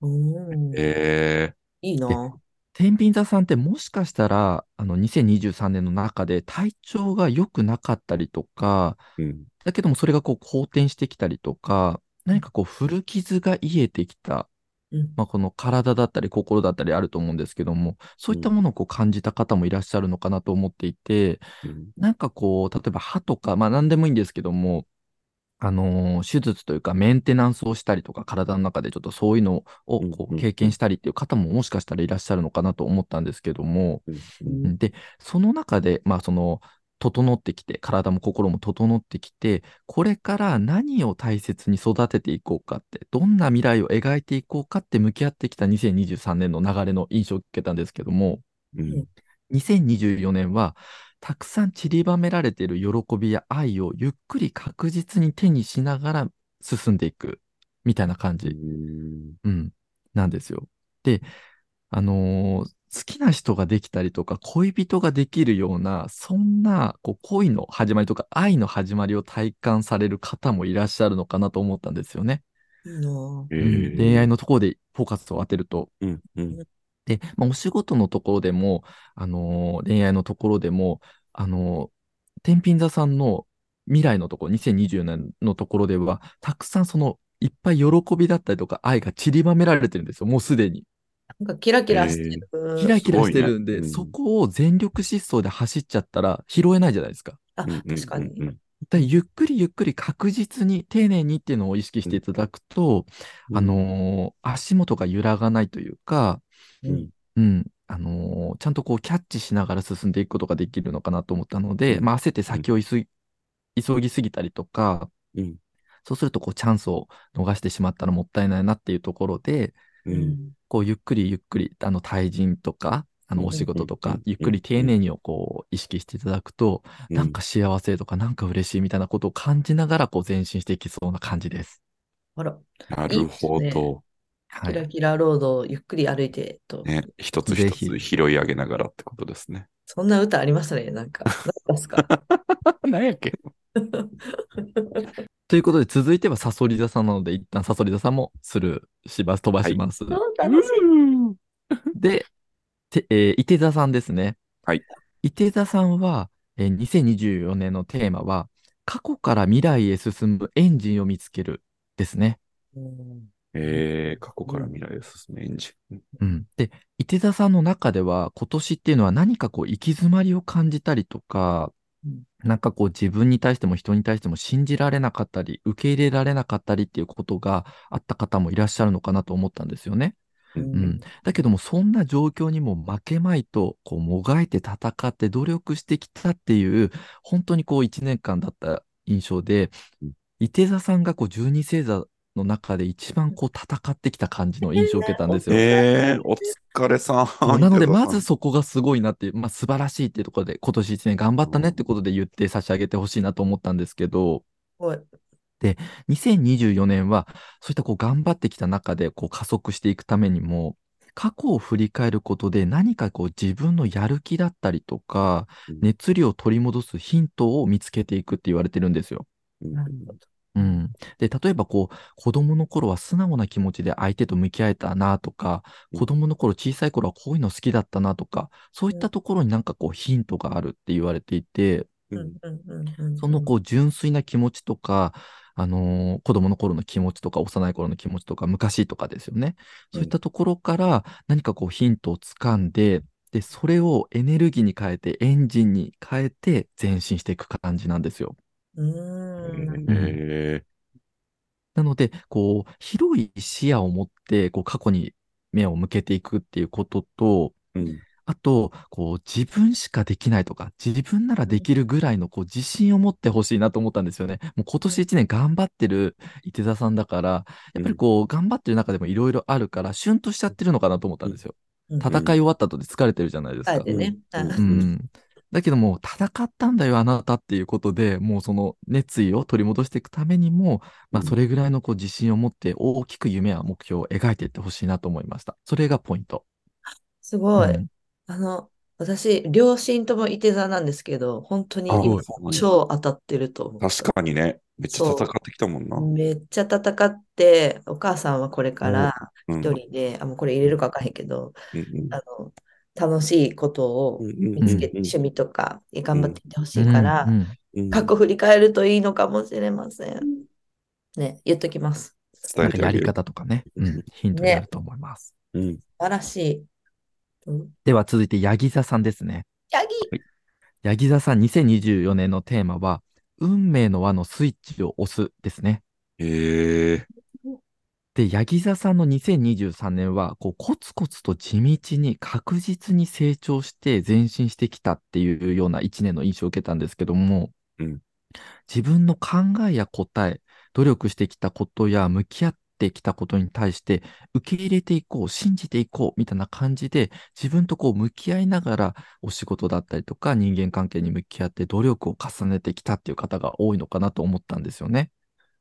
Speaker 2: うん、
Speaker 1: え
Speaker 2: いいな。
Speaker 3: 天秤座さんってもしかしたら、あの、2023年の中で体調が良くなかったりとか、
Speaker 1: ーうん
Speaker 3: だけどもそれがこう好転してきたりとか、何かこう古傷が癒えてきた、
Speaker 2: うん。
Speaker 3: まあ、この体だったり心だったりあると思うんですけども、そういったものをこう感じた方もいらっしゃるのかなと思っていて、
Speaker 1: うん
Speaker 3: なんかこう、例えば歯とか、まあ何でもいいんですけども、あのー手術というかメンテナンスをしたりとか、体の中でちょっとそういうのをこ
Speaker 1: うんうんう
Speaker 3: うん経験したりっていう方ももしかしたらいらっしゃるのかなと思ったんですけども、
Speaker 1: うん
Speaker 2: うん
Speaker 3: で、その中で、まあ、その、整ってきて、体も心も整ってきて、これから何を大切に育てていこうかって、どんな未来を描いていこうかって向き合ってきた2023年の流れの印象を受けたんですけども、
Speaker 1: うん
Speaker 3: 2024年は、たくさん散りばめられている喜びや愛をゆっくり確実に手にしながら進んでいく、みたいな感じ。うん、なんですよ。で、あのー好きな人ができたりとか、恋人ができるような、そんなこう恋の始まりとか、愛の始まりを体感される方もいらっしゃるのかなと思ったんですよね。
Speaker 2: いいな。
Speaker 1: え
Speaker 3: うん
Speaker 1: ー
Speaker 3: 恋愛のところでフォーカスを当てると。
Speaker 1: うんうん
Speaker 3: で、まあ、お仕事のところでも、あのー恋愛のところでも、あのー天秤座さんの未来のところ、2024年のところでは、たくさんその、いっぱい喜びだったりとか愛が散りばめられてるんですよ、もうすでに。
Speaker 2: なんかキラキラしてる。
Speaker 3: キラキラしてるん
Speaker 1: すごい
Speaker 3: で、
Speaker 1: ねうん
Speaker 3: そこを全力疾走で走っちゃったら拾えないじゃないですか。
Speaker 2: あ、
Speaker 1: うんうん
Speaker 2: 確かに。
Speaker 1: うん
Speaker 3: だからゆっくりゆっくり確実に丁寧にっていうのを意識していただくと、
Speaker 1: うん
Speaker 3: あのー足元が揺らがないというか、
Speaker 1: うん
Speaker 3: うん、あのーちゃんとこうキャッチしながら進んでいくことができるのかなと思ったので、
Speaker 1: うん
Speaker 3: まあ、焦って先を急い急ぎすぎたりとか、
Speaker 1: うん。
Speaker 3: そうするとこうチャンスを逃してしまったらもったいないなっていうところで、
Speaker 1: うん。
Speaker 3: こうゆっくりゆっくり、あの、対人とか、あ
Speaker 2: う
Speaker 3: の、
Speaker 2: ん
Speaker 3: お仕事と
Speaker 1: うんう
Speaker 3: か
Speaker 1: ん、
Speaker 3: ゆっくり丁寧にをこう意識していただくと、なんか幸せとか、なんか嬉しいみたいなことを感じながら、こう前進していきそうな感じです。
Speaker 2: あら、
Speaker 1: なるほ
Speaker 2: いいですね
Speaker 1: ど。
Speaker 3: は
Speaker 2: キラ
Speaker 3: い。
Speaker 2: キラロードをゆっくり歩いてと。
Speaker 1: ね、一つ
Speaker 3: ぜ
Speaker 1: 一
Speaker 3: ひ
Speaker 1: つ拾い上げながらってことですね。
Speaker 2: そんな歌ありましたね、なんか。何ですか
Speaker 3: なんやっけということで、続いてはサソリ座さんなので、一旦サソリ座さんもスルーします、飛ばし ます。
Speaker 2: そう楽しい。
Speaker 3: で、て、えー、伊手座さんですね。
Speaker 1: はい。
Speaker 3: 伊手座さんは、えー2024年のテーマは、過去から未来へ進むエンジンを見つけるですね。
Speaker 2: うん
Speaker 1: えー、過去から未来へ進むエンジン。
Speaker 3: うん。で、伊手座さんの中では、今年っていうのは何かこう、行き詰まりを感じたりとか
Speaker 2: うん、
Speaker 3: なんかこう、自分に対しても人に対しても信じられなかったり、受け入れられなかったりっていうことがあった方もいらっしゃるのかなと思ったんですよね。
Speaker 2: うん
Speaker 3: うん、だけども、そんな状況にも負けまいと、こう、もがいて戦って努力してきたっていう、本当にこう、一年間だった印象で
Speaker 1: うん、
Speaker 3: 伊手座さんがこう、十二星座の中で一番こう、戦ってきた感じの印象を受けたんですよ。
Speaker 1: えー、お疲れさ。
Speaker 3: そうんなので、
Speaker 1: 池田さん
Speaker 3: まず、そこがすごいなっていう、まあ、素晴らしいっていうところで、今年一年頑張ったねってことで言って差し上げてほしいなと思ったんですけど、
Speaker 2: おい
Speaker 3: 2024年は、そういったこう頑張ってきた中でこう加速していくためにも、過去を振り返ることで何かこう自分のやる気だったりとか
Speaker 1: うん、
Speaker 3: 熱量を取り戻すヒントを見つけていくって言われてるんですよ。
Speaker 1: うん
Speaker 2: なるほど
Speaker 3: うん。で、例えばこう、子供の頃は素直な気持ちで相手と向き合えたなとか、
Speaker 1: うん
Speaker 3: 子供の頃小さい頃はこういうの好きだったなとか、そういったところになんかこうヒントがあるって言われていて、
Speaker 1: う
Speaker 2: うんんうんうんうん
Speaker 3: そのこう純粋な気持ちとか、あのー子供の頃の気持ちとか、幼い頃の気持ちとか、昔とかですよね。そういったところから何かこうヒントをつかんで、で、それをエネルギーに変えて、エンジンに変えて前進していく感じなんですよ。
Speaker 2: うん。
Speaker 1: え
Speaker 3: なので、こう、広い視野を持って、こう、過去に目を向けていくっていうことと、
Speaker 1: ーうん
Speaker 3: あと、こう、自分しかできないとか、自分ならできるぐらいの、こう、自信を持ってほしいなと思ったんですよね。もう今年一年頑張ってる伊手座さんだから、やっぱりこう、頑張ってる中でもいろいろあるから、シュンとしちゃってるのかなと思ったんですよ。
Speaker 2: うん
Speaker 3: 戦い終わった後で疲れてるじゃないです
Speaker 2: あ
Speaker 3: か。
Speaker 2: えてね。
Speaker 1: うん
Speaker 2: あ
Speaker 3: うん。だけども、戦ったんだよ、あなたっていうことで、もうその熱意を取り戻していくためにも、まあ、
Speaker 1: うん
Speaker 3: それぐらいのこう自信を持って、大きく夢や目標を描いていってほしいなと思いました。それがポイント。
Speaker 2: すご
Speaker 3: う
Speaker 2: い
Speaker 3: ん。
Speaker 2: あの、私、両親ともいて座なんですけど、本当に
Speaker 1: あ
Speaker 2: 今
Speaker 1: そうなんや
Speaker 2: 超当たってると思う。
Speaker 1: 確かにね、めっちゃ戦ってきたもんな。
Speaker 2: めっちゃ戦って、お母さんはこれから
Speaker 1: うん
Speaker 2: 一人で、あ、もうこれ入れるかわからへんけど、
Speaker 1: うん
Speaker 2: あの、楽しいことを
Speaker 1: うん
Speaker 2: 見つけ、
Speaker 1: うんうん
Speaker 2: 趣味とかえ頑張っていってほしい
Speaker 3: うん
Speaker 2: から
Speaker 3: う、ん
Speaker 1: うん
Speaker 2: 過去振り返るといいのかもしれません。ね、言っときます。
Speaker 1: 伝え
Speaker 3: なんか
Speaker 1: て
Speaker 3: や
Speaker 1: あげ
Speaker 3: り
Speaker 1: る。
Speaker 3: 方とかね、う
Speaker 1: うん
Speaker 3: ん、ヒントになると思います。
Speaker 1: うん
Speaker 2: 素晴らしい。うん、
Speaker 3: では続いて、ヤギ座さんですね。
Speaker 2: ヤギ
Speaker 3: ヤギ座さん2024年のテーマは、運命の輪のスイッチを押すですね。
Speaker 1: えー
Speaker 3: で、ヤギ座さんの2023年は、こう、コツコツと地道に確実に成長して前進してきたっていうような一年の印象を受けたんですけども、
Speaker 1: うん
Speaker 3: 自分の考えや答え、努力してきたことや向き合ってきたことに対して、受け入れていこう、信じていこう、みたいな感じで、自分とこう向き合いながら、お仕事だったりとか、人間関係に向き合って努力を重ねてきたっていう方が多いのかなと思ったんですよね。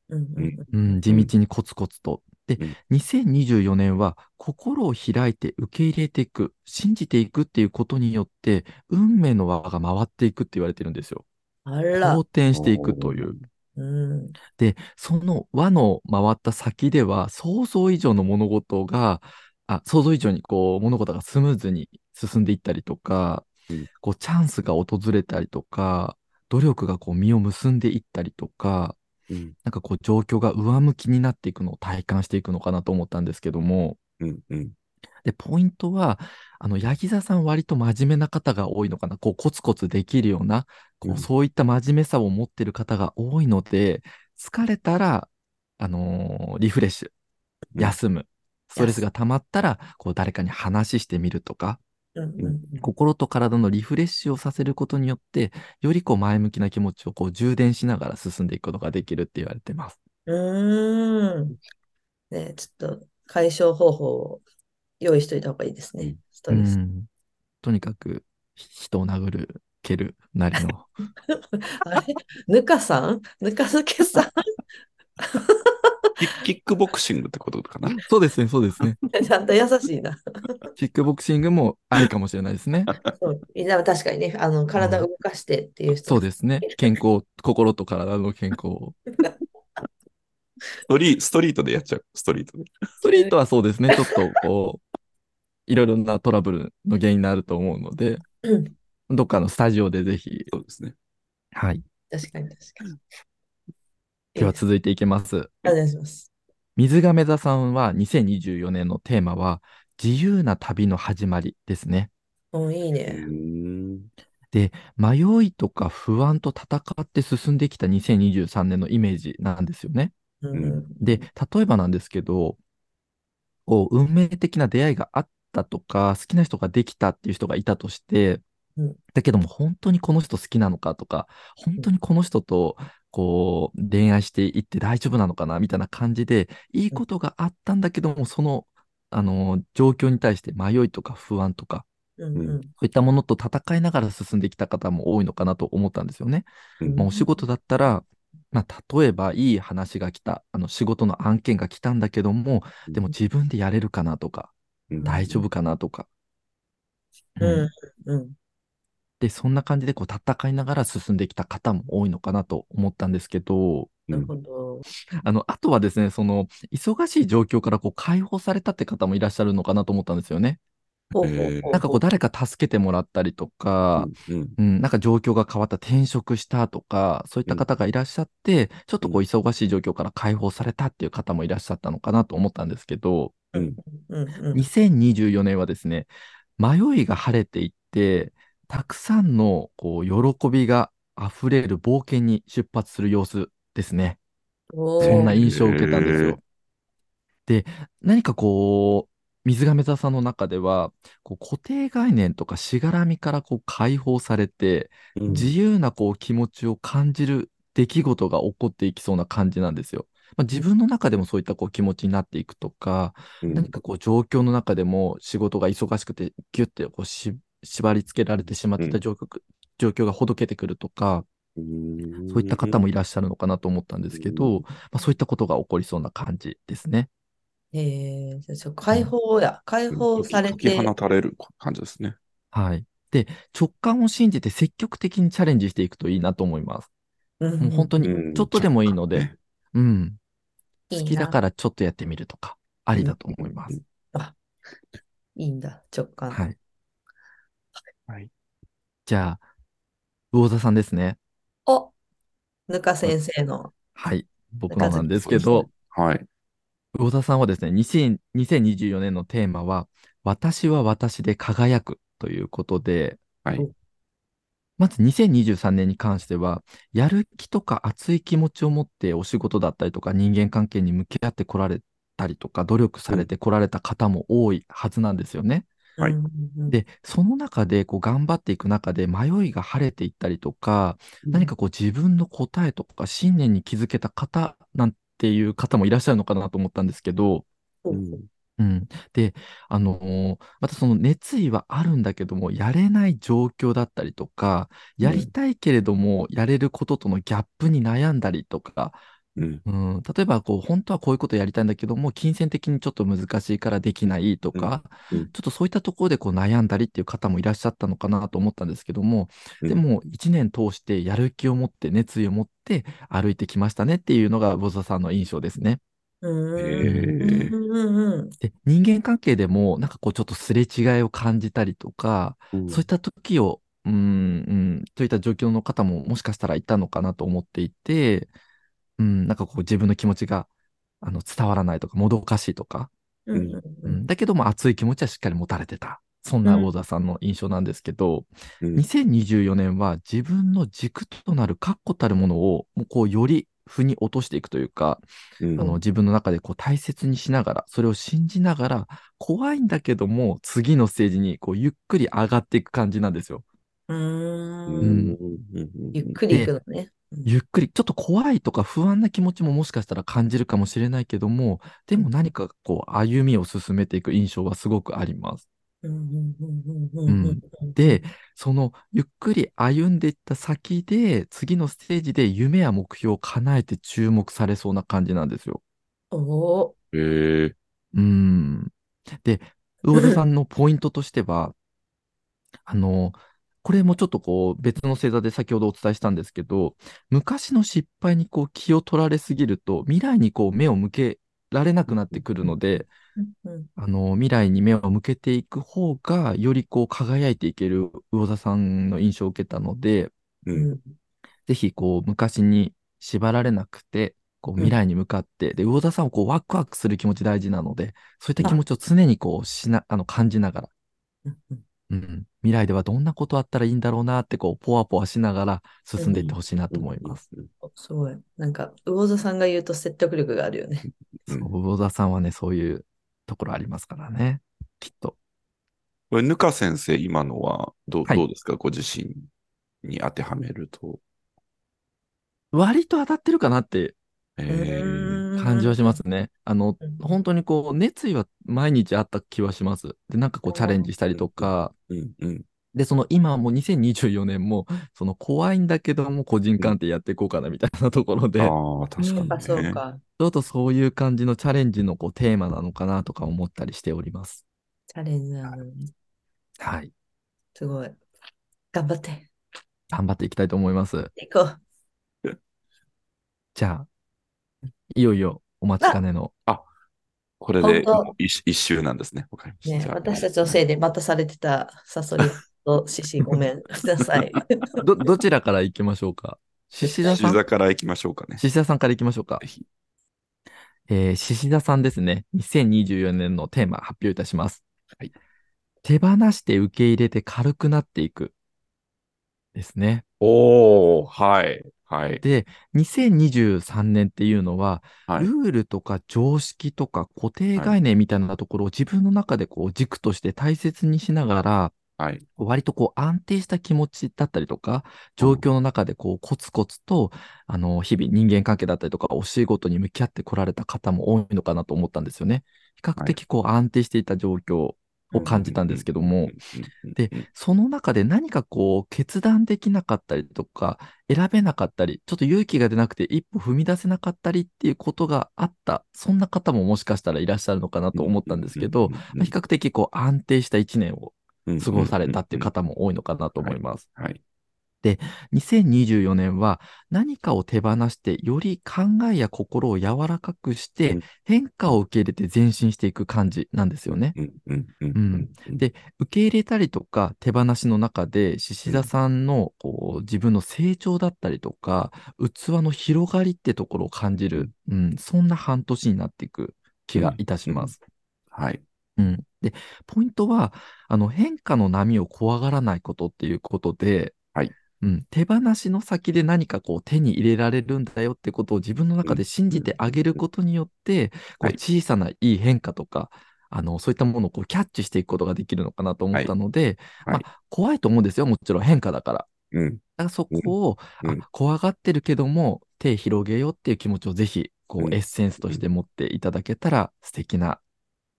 Speaker 2: うんうんうん
Speaker 3: うん、地道にコツコツと。で
Speaker 1: うん、
Speaker 3: 2024年は心を開いて受け入れていく、信じていくっていうことによって、運命の輪が回っていくって言われてるんですよ。
Speaker 2: あら
Speaker 3: 好、転していくという。
Speaker 2: うん、
Speaker 3: で、その輪の回った先では、想像以上の物事が、あ、想像以上にこう、物事がスムーズに進んでいったりとか
Speaker 1: うん、
Speaker 3: こう、チャンスが訪れたりとか、努力がこう、実を結んでいったりとか、
Speaker 1: うん
Speaker 3: なんかこう状況が上向きになっていくのを体感していくのかなと思ったんですけども、
Speaker 1: うんうん
Speaker 3: で、ポイントは、あの、ヤギ座さん割と真面目な方が多いのかな、こうコツコツできるような、
Speaker 1: う
Speaker 3: こ
Speaker 1: ん
Speaker 3: うそういった真面目さを持ってる方が多いので、疲れたら、あのーリフレッシュ、
Speaker 1: うん
Speaker 3: 休む、ストレスが溜まったら、こう誰かに話してみるとか、
Speaker 2: うんうんうん
Speaker 3: 心と体のリフレッシュをさせることによって、よりこう前向きな気持ちをこう充電しながら進んでいくことができるって言われてます。
Speaker 2: うーん。ね、ちょっと解消方法を用意しといた方がいいですね。スト
Speaker 3: う
Speaker 2: レス。
Speaker 3: ん、とにかく人を殴る、蹴るなりの。
Speaker 2: あれぬかさんぬか漬け さん
Speaker 1: キッキックボクシングってことかな。
Speaker 3: そうですね、そうですね。
Speaker 2: ちゃんと優しいな。
Speaker 3: キックボクシングもありかもしれないですね。
Speaker 2: そうみんなは確かにね、あの、体を動かしてっていう人。
Speaker 3: そうですね。健康、心と体の健康を。
Speaker 1: ストリストリートでやっちゃう、ストリートで。
Speaker 3: ストリートはそうですね。ちょっとこう、いろいろなトラブルの原因になると思うので、
Speaker 2: うん。
Speaker 3: どっかのスタジオでぜひ。
Speaker 1: そうですね。
Speaker 3: はい。
Speaker 2: 確かに確かに。
Speaker 3: ではい
Speaker 2: いです
Speaker 3: 続いていきます。
Speaker 2: お願いします。
Speaker 3: 水亀座さんは2024年のテーマは、自由な旅の始まりですね。
Speaker 2: もういいうね。
Speaker 1: ん。
Speaker 3: 迷いとか不安と戦って進んできた2023年のイメージなんですよね。
Speaker 2: うんうん。
Speaker 3: で、例えばなんですけど、こう、運命的な出会いがあったとか、好きな人ができたっていう人がいたとして
Speaker 2: うん、
Speaker 3: だけども本当にこの人好きなのかとか、本当にこの人と、こう、恋愛していって大丈夫なのかなみたいな感じで、いいことがあったんだけども、その、あの、状況に対して迷いとか不安とか、
Speaker 2: うんうん
Speaker 3: そういったものと戦いながら進んできた方も多いのかなと思ったんですよね。
Speaker 1: うん
Speaker 3: まあ、お仕事だったら、まあ、例えばいい話が来た、あの仕事の案件が来たんだけども、でも自分でやれるかなとか、
Speaker 1: うん
Speaker 3: 大丈夫かなとか。
Speaker 2: う
Speaker 3: うん
Speaker 2: んうん
Speaker 3: で、そんな感じでこう戦いながら進んできた方も多いのかなと思ったんですけど、
Speaker 2: なるほど。
Speaker 3: あの、あとはですね、その、忙しい状況からこう解放されたって方もいらっしゃるのかなと思ったんですよね。
Speaker 2: ほうほう
Speaker 1: えー
Speaker 2: ほう
Speaker 3: なんかこう誰か助けてもらったりとか、
Speaker 1: うんうん
Speaker 3: うん、なんか状況が変わった、転職したとか、そういった方がいらっしゃって、ちょっとこう忙しい状況から解放されたっていう方もいらっしゃったのかなと思ったんですけど、
Speaker 1: うん
Speaker 2: うんうん
Speaker 3: 2024年はですね、迷いが晴れていって、たくさんのこう喜びが溢れる冒険に出発する様子ですね。
Speaker 2: おー
Speaker 3: そんな印象を受けたんですよ。で、何かこう、水亀座さんの中では、こう固定概念とかしがらみからこう解放されて、
Speaker 1: うん
Speaker 3: 自由なこう気持ちを感じる出来事が起こっていきそうな感じなんですよ。まあ、自分の中でもそういったこう気持ちになっていくとか、
Speaker 1: うん
Speaker 3: 何かこう状況の中でも仕事が忙しくてギュッてこうし縛り付けられてしまってた状況,、状況がほどけてくるとか、
Speaker 1: うん
Speaker 3: そういった方もいらっしゃるのかなと思ったんですけど、まあ、そういったことが起こりそうな感じですね。
Speaker 2: へえ、じゃあそう解放や、解放され
Speaker 1: 解き
Speaker 2: て、
Speaker 1: 放たれる感じですね。
Speaker 3: はい。で、直感を信じて積極的にチャレンジしていくといいなと思います。
Speaker 2: うん
Speaker 3: もう本当
Speaker 1: うん
Speaker 3: にちょっとでもいいの
Speaker 1: 直感
Speaker 3: で、うん。
Speaker 2: いい
Speaker 3: 好きだ
Speaker 2: な
Speaker 3: からちょっとやってみるとか、ありだと思います。
Speaker 2: いいんだ、直感。
Speaker 3: はい。
Speaker 1: はい。
Speaker 3: じゃあ、魚座さんですね。
Speaker 2: お、ぬか先生の。
Speaker 3: はい。僕のなんですけ
Speaker 1: そう
Speaker 3: ど、
Speaker 1: はい。
Speaker 3: 魚座さんはですね、2000 2024年のテーマは、私は私で輝くということで、
Speaker 1: はい
Speaker 3: まず2023年に関しては、やる気とか熱い気持ちを持ってお仕事だったりとか人間関係に向き合ってこられたりとか、努力されてこられた方も多いはずなんですよね。
Speaker 1: はい
Speaker 2: うんうん
Speaker 3: で、その中でこう頑張っていく中で迷いが晴れていったりとか、何かこう自分の答えとか信念に気づけた方なんていう方もいらっしゃるのかなと思ったんですけど、
Speaker 2: うん
Speaker 3: うん。で、あのーまたその熱意はあるんだけども、やれない状況だったりとか、やりたいけれども、やれることとのギャップに悩んだりとか、
Speaker 1: うん。
Speaker 3: うん、例えばこう、本当はこういうことやりたいんだけども、金銭的にちょっと難しいからできないとか、
Speaker 1: うんう
Speaker 3: ちょ
Speaker 1: ん
Speaker 3: っとそういったところでこう悩んだりっていう方もいらっしゃったのかなと思ったんですけども、
Speaker 1: うん
Speaker 3: でも一年通してやる気を持って熱意を持って歩いてきましたねっていうのがボザさんの印象ですね。
Speaker 2: うん
Speaker 1: へー
Speaker 2: うんうんうん
Speaker 3: で、人間関係でもなんかこうちょっとすれ違いを感じたりとか、
Speaker 1: うん
Speaker 3: そういった時を、うん、うん、といった状況の方ももしかしたらいたのかなと思っていて、うん、なんかこう自分の気持ちが、あの、伝わらないとか、もどかしいとか、
Speaker 2: うんうんう
Speaker 3: うんん、だけども熱い気持ちはしっかり持たれてた。そんなウォーザーさんの印象なんですけど、
Speaker 1: うん
Speaker 3: 2024年は自分の軸となる確固たるものを、もうこうより腑に落としていくというか、
Speaker 1: うん
Speaker 3: あの自分の中でこう大切にしながら、それを信じながら、怖いんだけども、次のステージにこうゆっくり上がっていく感じなんですよ。
Speaker 2: う
Speaker 1: うん
Speaker 2: ー。
Speaker 1: うんんうん
Speaker 2: ゆっくり行くのね。
Speaker 3: ゆっくり、ちょっと怖いとか不安な気持ちももしかしたら感じるかもしれないけども、でも何かこう歩みを進めていく印象はすごくあります。
Speaker 2: うんうんうんうんうんうんうん
Speaker 3: で、そのゆっくり歩んでいった先で、次のステージで夢や目標を叶えて注目されそうな感じなんですよ。
Speaker 2: お
Speaker 1: へ
Speaker 2: ー
Speaker 1: え
Speaker 3: うん。で、魚田さんのポイントとして は、あの、これもちょっとこう別の星座で先ほどお伝えしたんですけど、昔の失敗にこう気を取られすぎると、未来にこう目を向けられなくなってくるので、
Speaker 2: うん
Speaker 3: あの、未来に目を向けていく方が、よりこう輝いていける魚座さんの印象を受けたので、
Speaker 1: う
Speaker 2: うんん
Speaker 3: ぜひこう昔に縛られなくて、こう
Speaker 2: うん
Speaker 3: 未来に向かって、で、魚田さんをこうワクワクする気持ち大事なので、そういった気持ちを常にこうしな、あの感じながら、
Speaker 2: うんうん
Speaker 3: うん、未来ではどんなことあったらいいんだろうなってこう、ポワポワしながら進んでいってほしいなと思います。
Speaker 1: うん
Speaker 2: すごい。なんか、魚座さんが言うと説得力があるよね。
Speaker 1: うん
Speaker 3: そう魚田さんはね、そういうところありますからね、きっと。
Speaker 1: これ、ぬか先生、今のはどう
Speaker 3: はい
Speaker 1: どうですか、ご自身に当てはめると。
Speaker 3: 割と当たってるかなって
Speaker 1: へえ
Speaker 3: 感じはしますね。あの、
Speaker 2: うん
Speaker 3: 本当にこう、熱意は毎日あった気はします。で、なんかこう、チャレンジしたりとか、
Speaker 1: うんうん
Speaker 3: で、その今も2024年も、その怖いんだけども個人鑑定やっていこうかなみたいなところで、ち
Speaker 1: ああ、確かに、
Speaker 2: あ、
Speaker 1: ね。
Speaker 2: そうか。
Speaker 3: ょっとそういう感じのチャレンジのこうテーマなのかなとか思ったりしております。
Speaker 2: チャレンジなのね。
Speaker 3: はい。
Speaker 2: すごい。頑張って。
Speaker 3: 頑張っていきたいと思います。
Speaker 2: 行こう。
Speaker 3: じゃあ、いよいよお待ちかねの、
Speaker 1: これで
Speaker 2: 本当
Speaker 1: もう一一周なんですね。わかりました。
Speaker 2: ね
Speaker 1: じ、ゃあ
Speaker 2: 私たちのせいでまたされてたサソリと獅子ごめんなさい。
Speaker 3: ど、どちらから行きましょうか獅子座
Speaker 1: 獅
Speaker 3: さ
Speaker 1: 子
Speaker 3: ん
Speaker 1: 座から行きましょうかね。
Speaker 3: 獅子座さんから行きましょうか
Speaker 1: ぜ。ひ
Speaker 3: えー、獅子座さんですね。2024年のテーマ発表いたします。
Speaker 1: はい
Speaker 3: 手放して受け入れて軽くなっていく。ですね。
Speaker 1: おおはい。はい。
Speaker 3: で、2023年っていうのは、
Speaker 1: はい
Speaker 3: ルールとか常識とか固定概念みたいなところを自分の中でこう軸として大切にしながら、
Speaker 1: はい。
Speaker 3: 割とこう安定した気持ちだったりとか、状況の中でこうコツコツと、あの、日々人間関係だったりとか、お仕事に向き合ってこられた方も多いのかなと思ったんですよね。比較的こう安定していた状況を感じたんですけども、で
Speaker 1: うん、
Speaker 3: その中で何かこう決断できなかったりとか、選べなかったり、ちょっと勇気が出なくて一歩踏み出せなかったりっていうことがあった、そんな方ももしかしたらいらっしゃるのかなと思ったんですけど、まあ比較的こう安定した1年を過ごされたっていう方も多いのかなと思います。
Speaker 1: うん。うんうんはい。
Speaker 3: 2024年は何かを手放してより考えや心を柔らかくし
Speaker 1: う
Speaker 3: て
Speaker 1: ん
Speaker 3: 変化を受け入れて前進していく感じなんですよね。
Speaker 1: うんうんうんうん。
Speaker 3: で、受け入れたりとか手放しの中で、獅子座さんのこう自分の成長だったりとか、器の広がりってところを感じる、うん、そんな半年になっていく気がいたします。
Speaker 1: はい。
Speaker 3: うん。で、ポイントは、あの、変化の波を怖がらないことっていうことで、
Speaker 1: はい
Speaker 3: うん、手放しの先で何かこう手に入れられるんだよってことを自分の中で信じてあげることによって、こ
Speaker 1: はい
Speaker 3: う小さないい変化とか、あの、そういったものをこうキャッチしていくことができるのかなと思ったので、
Speaker 1: はいはい
Speaker 3: まあ、怖いと思うんですよ。もちろん変化だから。
Speaker 1: うん。
Speaker 3: だからそこを、
Speaker 1: うんうん
Speaker 3: あ、怖がってるけども、手広げようっていう気持ちをぜひ、こ
Speaker 1: う
Speaker 3: う、
Speaker 1: ん
Speaker 3: エッセンスとして持っていただけたら、素敵な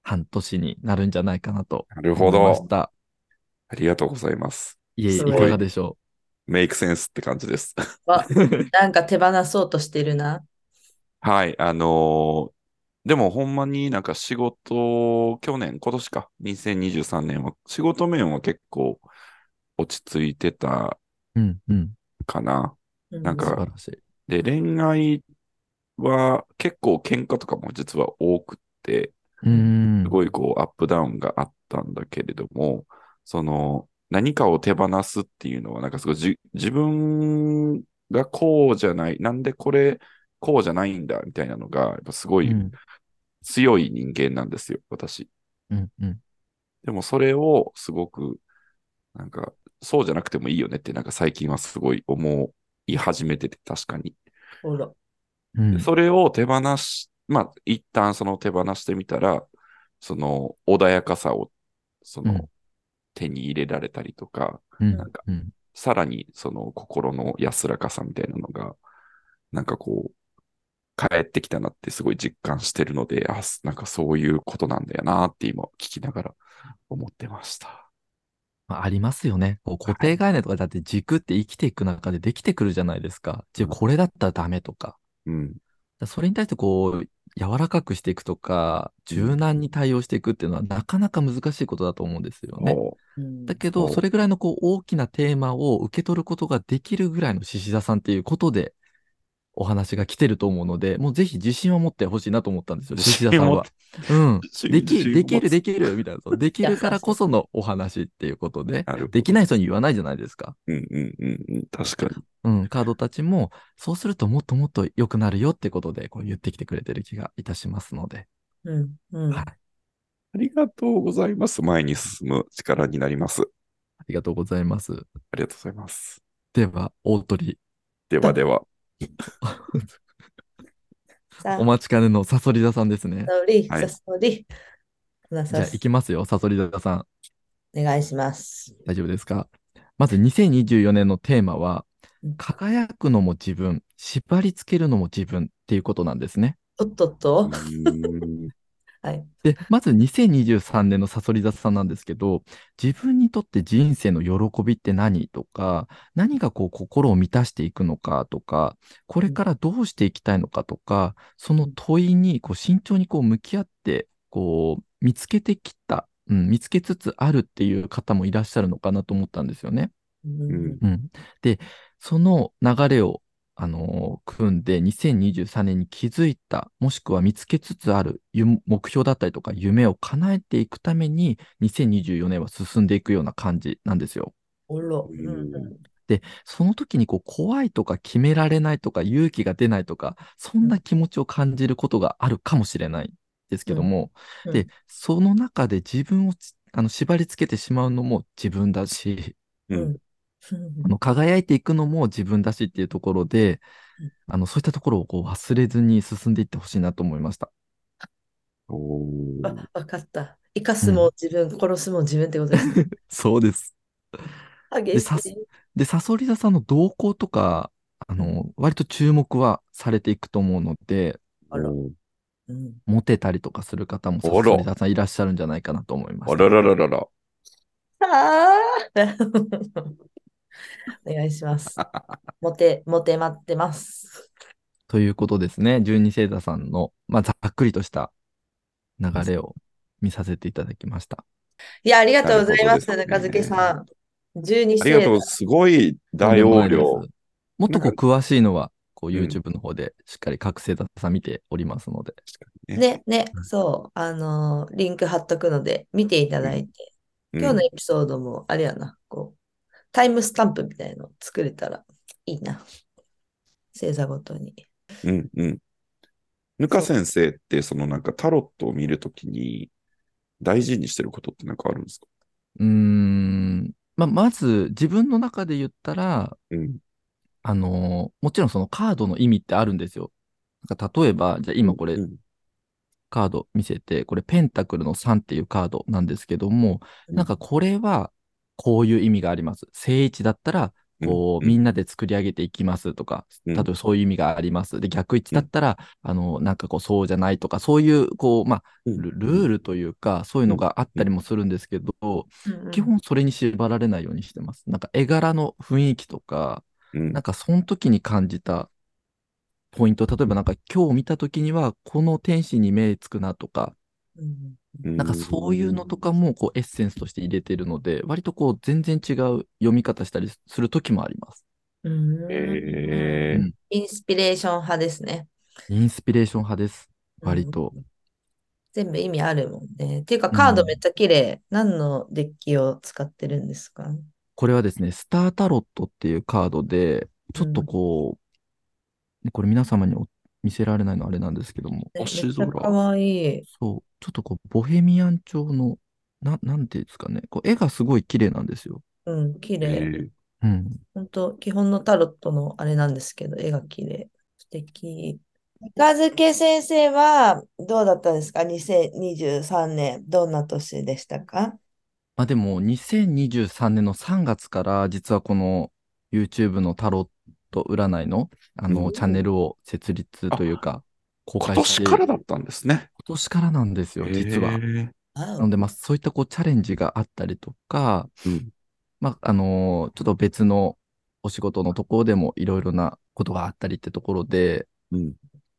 Speaker 3: 半年になるんじゃないかなと
Speaker 1: なるほ
Speaker 3: 思いまし
Speaker 1: ど。
Speaker 3: た。
Speaker 1: ありがとうございます。
Speaker 3: いえいえ、い
Speaker 2: す
Speaker 3: か
Speaker 2: ごい
Speaker 3: がでしょ
Speaker 1: メイクセンスって感じです。
Speaker 2: わなんか手放そうとしてるな。
Speaker 1: はい、あのーでもほんまになんか仕事、去年、今年か、2023年は、仕事面は結構落ち着いてた
Speaker 3: う。うん、うん。
Speaker 1: かな。
Speaker 2: う
Speaker 1: なんか
Speaker 3: 素晴らし
Speaker 1: で、
Speaker 3: い。
Speaker 1: 恋愛は結構喧嘩とかも実は多くて、
Speaker 3: うーん
Speaker 1: す。ごいこうアップダウンがあったんだけれども、その何かを手放すっていうのは、なんかすごいじ自分がこうじゃない、なんでこれこうじゃないんだみたいなのが、やっぱすごい
Speaker 3: うん、
Speaker 1: 強い人間なんですよ、私。
Speaker 3: うん、うん。
Speaker 1: でもそれをすごく、なんか、そうじゃなくてもいいよねって、なんか最近はすごい思い始めてて、確かに。
Speaker 2: ほら。
Speaker 3: うん
Speaker 1: でそれを手放し、まあ、一旦その手放してみたら、その穏やかさを、その、
Speaker 3: うん
Speaker 1: 手に入れられたりとか、
Speaker 3: うん
Speaker 1: なんか
Speaker 3: うん
Speaker 1: さらにその心の安らかさみたいなのが、なんかこう、帰ってきたなってすごい実感してるので、あ、すなんかそういうことなんだよなって今聞きながら思ってました。
Speaker 3: まあ、ありますよね。こう固定概念とかだって軸って生きていく中でできてくるじゃないですか。じゃあこれだったらダメとか。
Speaker 1: うん。
Speaker 3: だからそれに対してこう、柔らかくしていくとか、柔軟に対応していくっていうのはなかなか難しいことだと思うんですよね。
Speaker 1: おう
Speaker 2: うん
Speaker 3: だけど、
Speaker 1: そう
Speaker 3: それぐらいのこう大きなテーマを受け取ることができるぐらいの獅子座さんっていうことでお話が来てると思うので、もうぜひ自信を持ってほしいなと思ったんですよ、獅子座さんは。うん。でき、できる、で
Speaker 1: き
Speaker 3: きる、みたいな。 そうできるからこそのお話っていうことで、
Speaker 1: る。。
Speaker 3: できないい人に言わないじゃないですか。
Speaker 1: うんうんうんうん。確かに。
Speaker 3: うん、カードたちも、そうするともっともっと良くなるよってことで、こう言ってきてくれてる気がいたしますので。
Speaker 2: うん、うん。
Speaker 3: はい。
Speaker 2: あ
Speaker 3: あ
Speaker 1: ありがとうございます。前に進む力になります。
Speaker 3: りがとうございます。
Speaker 1: ありがとうございます。
Speaker 3: では、大鳥。
Speaker 1: ではでは。
Speaker 2: さ
Speaker 3: お待ちかねのサソリ座さんですね。
Speaker 2: ソリ、
Speaker 1: はい
Speaker 2: サソリ。花
Speaker 3: じゃあ、
Speaker 2: さ
Speaker 3: 行きますよ、サソリ座さん。
Speaker 2: お願いします。
Speaker 3: 大丈夫ですかまず2024年のテーマは
Speaker 2: うん、
Speaker 3: 輝くのも自分、縛り付けるのも自分っていうことなんですね。
Speaker 2: おっとっと。
Speaker 1: うん
Speaker 2: はい。
Speaker 3: で、まず2023年のサソリ座さんなんですけど、自分にとって人生の喜びって何とか、何がこう心を満たしていくのかとか、これからどうしていきたいのかとか、その問いにこう慎重にこう向き合って、こう見つけてきた、うん、見つけつつあるっていう方もいらっしゃるのかなと思ったんですよね。
Speaker 2: うん
Speaker 3: うん、で、その流れを、あのー組んで、2023年に気づいた、もしくは見つけつつあるゆ目標だったりとか、夢を叶えていくために、2024年は進んでいくような感じなんですよ。
Speaker 2: おろ。
Speaker 1: う
Speaker 2: うんんうん
Speaker 3: で、その時にこう怖いとか決められないとか勇気が出ないとか、そんな気持ちを感じることがあるかもしれないですけども、
Speaker 2: うんうん
Speaker 3: で、その中で自分をつあの縛り付けてしまうのも自分だし、
Speaker 1: う
Speaker 2: うんん。
Speaker 3: あの輝いていくのも自分だしっていうところで
Speaker 2: うん、
Speaker 3: あのそういったところをこう忘れずに進んでいってほしいなと思いました。
Speaker 1: おー
Speaker 2: わ、わかった。生かすも自分、殺すも自分ってことですね。
Speaker 3: そうです。
Speaker 2: 激し
Speaker 3: さ
Speaker 2: い。
Speaker 3: で、サソリ座さんの動向とか、あの、割と注目はされていくと思うので、
Speaker 2: あら。
Speaker 1: おー
Speaker 2: うん。
Speaker 3: モテたりとかする方もサ
Speaker 1: あら
Speaker 3: ソリ座さんいらっしゃるんじゃないかなと思いま
Speaker 1: あ
Speaker 3: す。
Speaker 1: ららららら。
Speaker 2: ああ。お願いします。モテ、モテ待ってます。
Speaker 3: ということですね。十二星座さんの、まあ、ざっくりとした流れを見させていただきました。
Speaker 2: いや、ありがとうございます、
Speaker 1: なるほど
Speaker 2: 中
Speaker 1: ですね
Speaker 2: 付さん。12
Speaker 1: ありがと
Speaker 2: 世
Speaker 1: う。すごい大
Speaker 3: とんでも
Speaker 1: 容
Speaker 3: ないです
Speaker 1: 量。
Speaker 3: もっとこう詳しいのは、こう
Speaker 1: うん
Speaker 3: YouTube の方でしっかり覚醒座さん見ておりますので。
Speaker 1: ね
Speaker 2: ね、ね、そう、あのーリンク貼っとくので、見ていただいて、
Speaker 1: うん
Speaker 2: 今日のエピソードも、あれやな、こう、タイムスタンプみたいの作れたらいいな。星座ごとに。
Speaker 1: うんうん。ぬか先生って、そのなんかタロットを見るときに大事にしてることってなんかあるんですか
Speaker 3: うーん。まあ、まず自分の中で言ったら、
Speaker 1: うん。
Speaker 3: あのーもちろんそのカードの意味ってあるんですよ。なんか例えば、じゃあ今これ
Speaker 1: うん
Speaker 3: カード見せて、これペンタクルの3っていうカードなんですけども、
Speaker 1: うん
Speaker 3: なんかこれはこういう意味があります。正位置だったら、こう、みんなで作り上げていきますとか、
Speaker 1: うん
Speaker 3: 例えばそういう意味があります。で、逆位置だったら、あの、なんかこう、そうじゃないとか、そういう、こう、まあ、
Speaker 1: うん
Speaker 3: ルルールというか、そういうのがあったりもするんですけど、基本それに縛られないようにしてます。なんか絵柄の雰囲気とか、
Speaker 1: うん
Speaker 3: なんかその時に感じたポイント、例えばなんか今日見た時には、この天使に目つくなとか、
Speaker 2: うん
Speaker 3: なんかそういうのとかも、こう、エッセンスとして入れてるので、割とこう、全然違う読み方したりする時もあります。
Speaker 2: うんうん
Speaker 1: え
Speaker 3: う
Speaker 1: ー
Speaker 3: ん
Speaker 2: インスピレーション派ですね。
Speaker 3: インスピレーション派です。割と。
Speaker 2: 全部意味あるもんね。っていうか、カードめっちゃ綺麗。何のデッキを使ってるんですか
Speaker 3: これはですね、スタータロットっていうカードで、ちょっとこう、ねこれ皆様にお見せられないのはあれなんですけども、
Speaker 2: ねめっ
Speaker 1: 星
Speaker 2: ち
Speaker 1: 空
Speaker 2: ゃかわいい。
Speaker 3: そう、ちょっとこう、ボヘミアン調の、な、なんていうんですかね、こう絵がすごい綺麗なんですよ。
Speaker 2: うん、綺
Speaker 1: え
Speaker 2: 麗。
Speaker 1: ー
Speaker 3: うん。
Speaker 2: 本当基本のタロットのあれなんですけど、絵が綺麗。素敵。三日月先生はどうだったんですか ?2023 年、どんな年でしたか
Speaker 3: まあでも、2023年の3月から、実はこの YouTube のタロット占いの、あ
Speaker 1: う
Speaker 3: の、
Speaker 1: ん
Speaker 3: チャンネルを設立というか、公
Speaker 1: 今
Speaker 3: 開し
Speaker 1: 年
Speaker 3: て、
Speaker 1: から
Speaker 3: 今
Speaker 1: だったんですね。
Speaker 3: 年からなんですよ、実は
Speaker 1: へ。ー
Speaker 2: あ
Speaker 3: なので、まあ、そういったこうチャレンジがあったりとか、
Speaker 1: うん
Speaker 3: まあ、あのーちょっと別のお仕事のところでもいろいろなことがあったりってところで、
Speaker 1: うん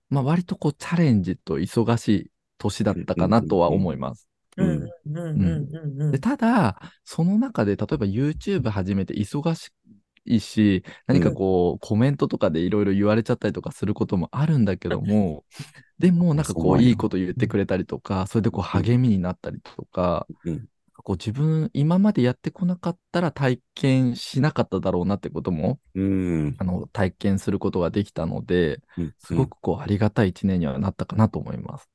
Speaker 3: まあ、割とこうチャレンジと忙しい年だったかなとは思います。
Speaker 2: うんうんうんうんうん
Speaker 3: でただ、その中で例えば YouTube 始めて忙しいし、何かこう、コメントとかでいろいろ言われちゃったりとかすることもあるんだけども、でもなん
Speaker 1: そ
Speaker 3: か
Speaker 1: う
Speaker 3: こ
Speaker 1: なん
Speaker 3: う
Speaker 1: や
Speaker 3: いいこと言ってくれたりとか、それでこう励みになったりとか、
Speaker 1: うん
Speaker 3: こう自分今までやってこなかったら体験しなかっただろうなってことも、
Speaker 1: うん
Speaker 3: あの体験することができたので、
Speaker 1: うん
Speaker 3: すごくこうありがたい一年にはなったかなと思います。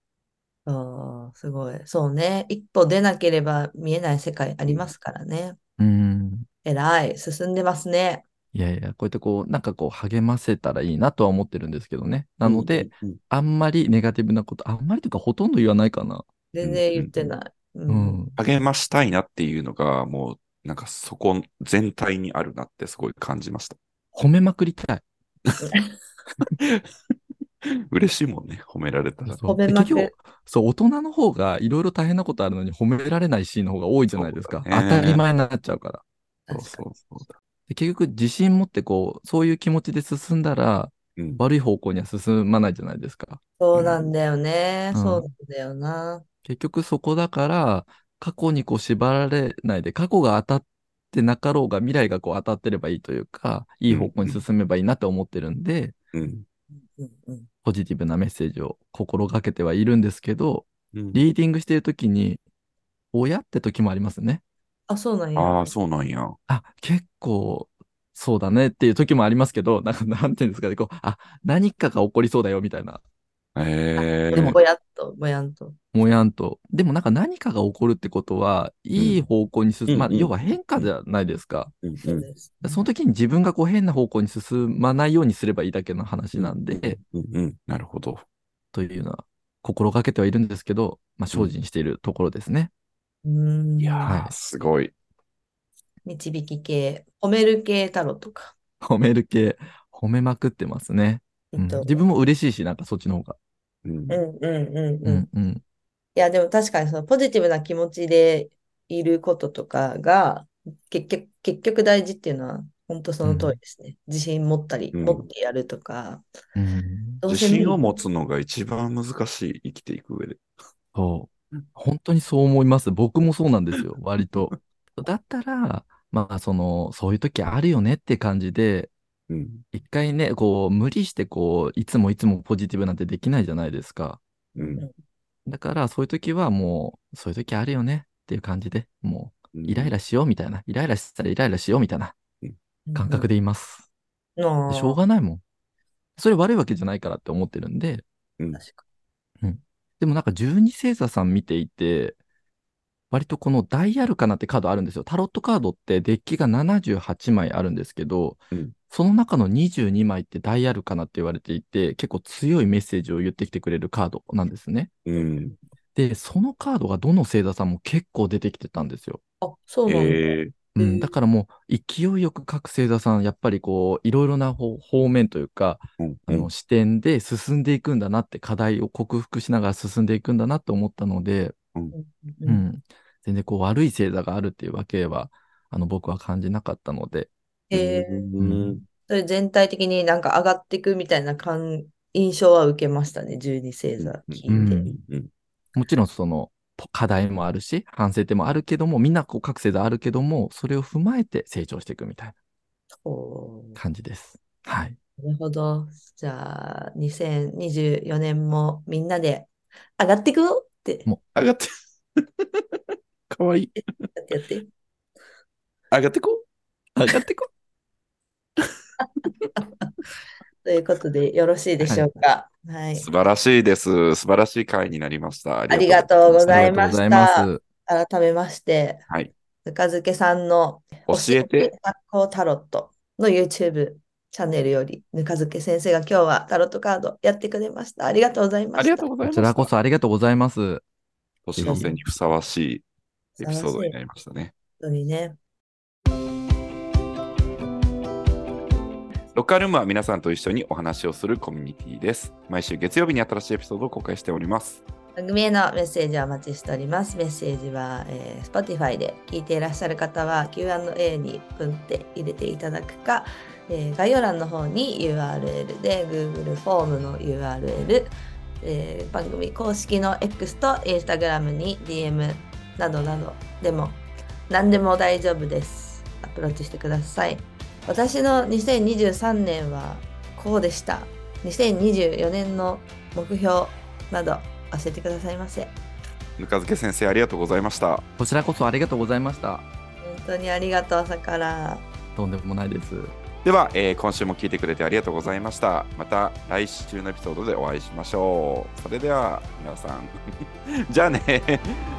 Speaker 2: あーすごい。そうね。一歩出なければ見えない世界ありますからね。
Speaker 3: うん。
Speaker 2: えらい。進んでますね。
Speaker 3: いやいや、こうやってこう、なんかこう励ませたらいいなとは思ってるんですけどね。なので、、
Speaker 1: うん
Speaker 3: あんまりネガティブなこと、あんまりというかほとんど言わないかな。
Speaker 2: 全然言ってない。う
Speaker 3: うんん。
Speaker 1: 励ましたいなっていうのが、もう、なんかそこ全体にあるなってすごい感じました。
Speaker 3: 褒めまくりたい。
Speaker 1: 嬉しいもんね、褒められたら。
Speaker 3: そう
Speaker 2: 褒めまくる
Speaker 3: で結局そう、大人の方がいろいろ大変なことあるのに褒められないシーンの方が多いじゃないですか。
Speaker 1: そうだね
Speaker 3: 当たり前になっちゃうか
Speaker 1: そ
Speaker 3: ら。
Speaker 1: う
Speaker 2: 確か
Speaker 1: そうそう
Speaker 3: で結局、自信持ってこう、そういう気持ちで進んだら、
Speaker 1: うん
Speaker 3: 悪い方向には進まないじゃないですか。
Speaker 2: そうなんだよね。
Speaker 3: うん
Speaker 2: そうなんだよな。
Speaker 3: 結局そこだから、過去にこう縛られないで、過去が当たってなかろうが、未来がこう当たってればいいというか、いい方向に進めばいいなって思ってるんで、
Speaker 1: うん
Speaker 2: うんうん
Speaker 3: ポジティブなメッセージを心がけてはいるんですけど、
Speaker 1: うん
Speaker 3: リーディングしているときに、親って時もありますね。
Speaker 2: あ、そうなんや。
Speaker 1: ああ、そうなんや。
Speaker 3: あ、結構、そうだねっていう時もありますけど、なんか、なんていうんですかね、こう、あ、何かが起こりそうだよみたいな、
Speaker 1: ええ
Speaker 3: でも
Speaker 2: ぼやっと、ぼやんと。
Speaker 3: もやんと。でもなんか何かが起こるってことは、いい方向に進む、
Speaker 1: うん
Speaker 3: まあ、
Speaker 1: うん
Speaker 3: 要は変化じゃないですか。
Speaker 1: うん
Speaker 2: そうです。
Speaker 3: その時に自分がこう変な方向に進まないようにすればいいだけの話なんで、
Speaker 1: うんうん、なるほど。
Speaker 3: というのは心がけてはいるんですけど、まあ、精進しているところですね。
Speaker 2: うん
Speaker 1: いやー、
Speaker 3: はい
Speaker 1: すごい。
Speaker 2: 導き系、褒める系タロットか。
Speaker 3: 褒める系、褒めまくってますね。うん
Speaker 2: えっと
Speaker 3: 自分も嬉しいし、なんかそっちの方が。
Speaker 1: うん
Speaker 2: うんうんうん
Speaker 3: う
Speaker 2: うん。
Speaker 3: んうん。
Speaker 2: いや、でも確かにそのポジティブな気持ちでいることとかが結局、結局大事っていうのは本当その通りですね。自信持ったり、
Speaker 1: うん
Speaker 2: 持ってやるとか、
Speaker 3: うん
Speaker 2: どう
Speaker 1: 自
Speaker 2: せ無理
Speaker 1: 信を持つのが一番難しい、生きていく上で。
Speaker 3: そう
Speaker 1: うん。
Speaker 3: 本当にそう思います。僕もそうなんですよ、割と。だったら、まあ、その、そういう時あるよねって感じで、
Speaker 1: うん、
Speaker 3: 一回ね、こう、無理して、こう、いつもいつもポジティブなんてできないじゃないですか。
Speaker 1: うん、
Speaker 3: だから、そういう時はもう、そういう時あるよねっていう感じで、も
Speaker 1: う
Speaker 3: う、
Speaker 1: ん
Speaker 3: イライラしようみたいな、イライラしたらイライラしようみたいな感覚で
Speaker 2: で。
Speaker 3: います。
Speaker 2: うん
Speaker 3: でしょうがないもん。それ悪いわけじゃないからって思ってるんで、
Speaker 1: うん
Speaker 2: 確か
Speaker 3: でもなんか十二星座さん見ていて、割とこのダイアルカナってカードあるんですよ。タロットカードってデッキが78枚あるんですけど、
Speaker 1: うん
Speaker 3: その中の22枚ってダイアルカナって言われていて、結構強いメッセージを言ってきてくれるカードなんですね。
Speaker 1: うん。
Speaker 3: で、そのカードがどの星座さんも結構出てきてたんですよ。
Speaker 2: あ、そうなんだ。
Speaker 1: ええ
Speaker 3: う
Speaker 2: へえ
Speaker 3: ん、だからもう勢いよく各星座さん、やっぱりこう、いろいろな方方面というか、
Speaker 1: うん
Speaker 3: あの視点で進んでいくんだなって、課題を克服しながら進んでいくんだなって思ったので、
Speaker 2: うんう
Speaker 3: うんん、全然こう悪い星座があるっていうわけは、あの僕は感じなかったので、
Speaker 2: えー
Speaker 1: うん
Speaker 2: それ全体的になんか上がっていくみたいな感印象は受けましたね、十二星座
Speaker 1: う
Speaker 2: 聞い
Speaker 1: ん
Speaker 2: て。
Speaker 1: うん
Speaker 3: もちろんそのぽ課題もあるし、反省点もあるけども、みんなこう各星座あるけども、それを踏まえて成長していくみたい
Speaker 2: おー
Speaker 3: な感じです。はい。
Speaker 2: なるほど。じゃあ、2024年もみんなで上がっていくよって
Speaker 3: も
Speaker 1: 上がって、 かわいい。
Speaker 2: やってやって。
Speaker 1: 上がってこ
Speaker 3: 上がってこ
Speaker 2: ということで、よろしいでしょうか。は
Speaker 1: う。
Speaker 2: い。
Speaker 1: 素晴らしいです。素晴らしい回になりました。あ
Speaker 2: ありがとうご
Speaker 3: うあ
Speaker 2: ざ
Speaker 3: り
Speaker 2: い
Speaker 3: がとうご
Speaker 2: まし
Speaker 3: ざいま
Speaker 2: た。
Speaker 3: す。
Speaker 2: 改めまして、
Speaker 1: はい
Speaker 2: ぬかづけさんの
Speaker 1: 教えて。
Speaker 2: 学校タロットの YouTube チャンネルより、ぬか漬け先生が今日はタロットカードやってくれました。ありがとうございました。
Speaker 1: ありがとうござい
Speaker 3: こ
Speaker 1: まし
Speaker 3: ち
Speaker 1: た。
Speaker 3: らこそありがとうございます。
Speaker 1: 年の瀬にふさわしいエピソードになりましたね。
Speaker 2: 本当にね。
Speaker 1: ロッカールームは皆さんと一緒にお話をするコミュニティです。毎週月曜日に新しいエピソードを公開しております。
Speaker 2: 番組へのメッセージをお待ちしております。メッセージは、えー Spotify で聞いていらっしゃる方は Q&A にプンって入れていただくか、えー概要欄の方に URL で Google フォームの URL、えー番組公式の X と Instagram に DM などなどでも何でも大丈夫です。アプローチしてください。私の2023年はこうでした。2024年の目標など教えてくださいませ。
Speaker 1: ぬか漬け先生ありがとうございました。
Speaker 3: こちらこそありがとうございました。
Speaker 2: 本当にありがとう、朝から。
Speaker 3: とんでもないです。
Speaker 1: では、えー今週も聞いてくれてありがとうございました。また来週のエピソードでお会いしましょう。それでは皆さん、 じゃあね、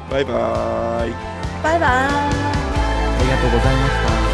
Speaker 1: バイバーイ。
Speaker 2: バイバーイ
Speaker 3: ありがとうございました。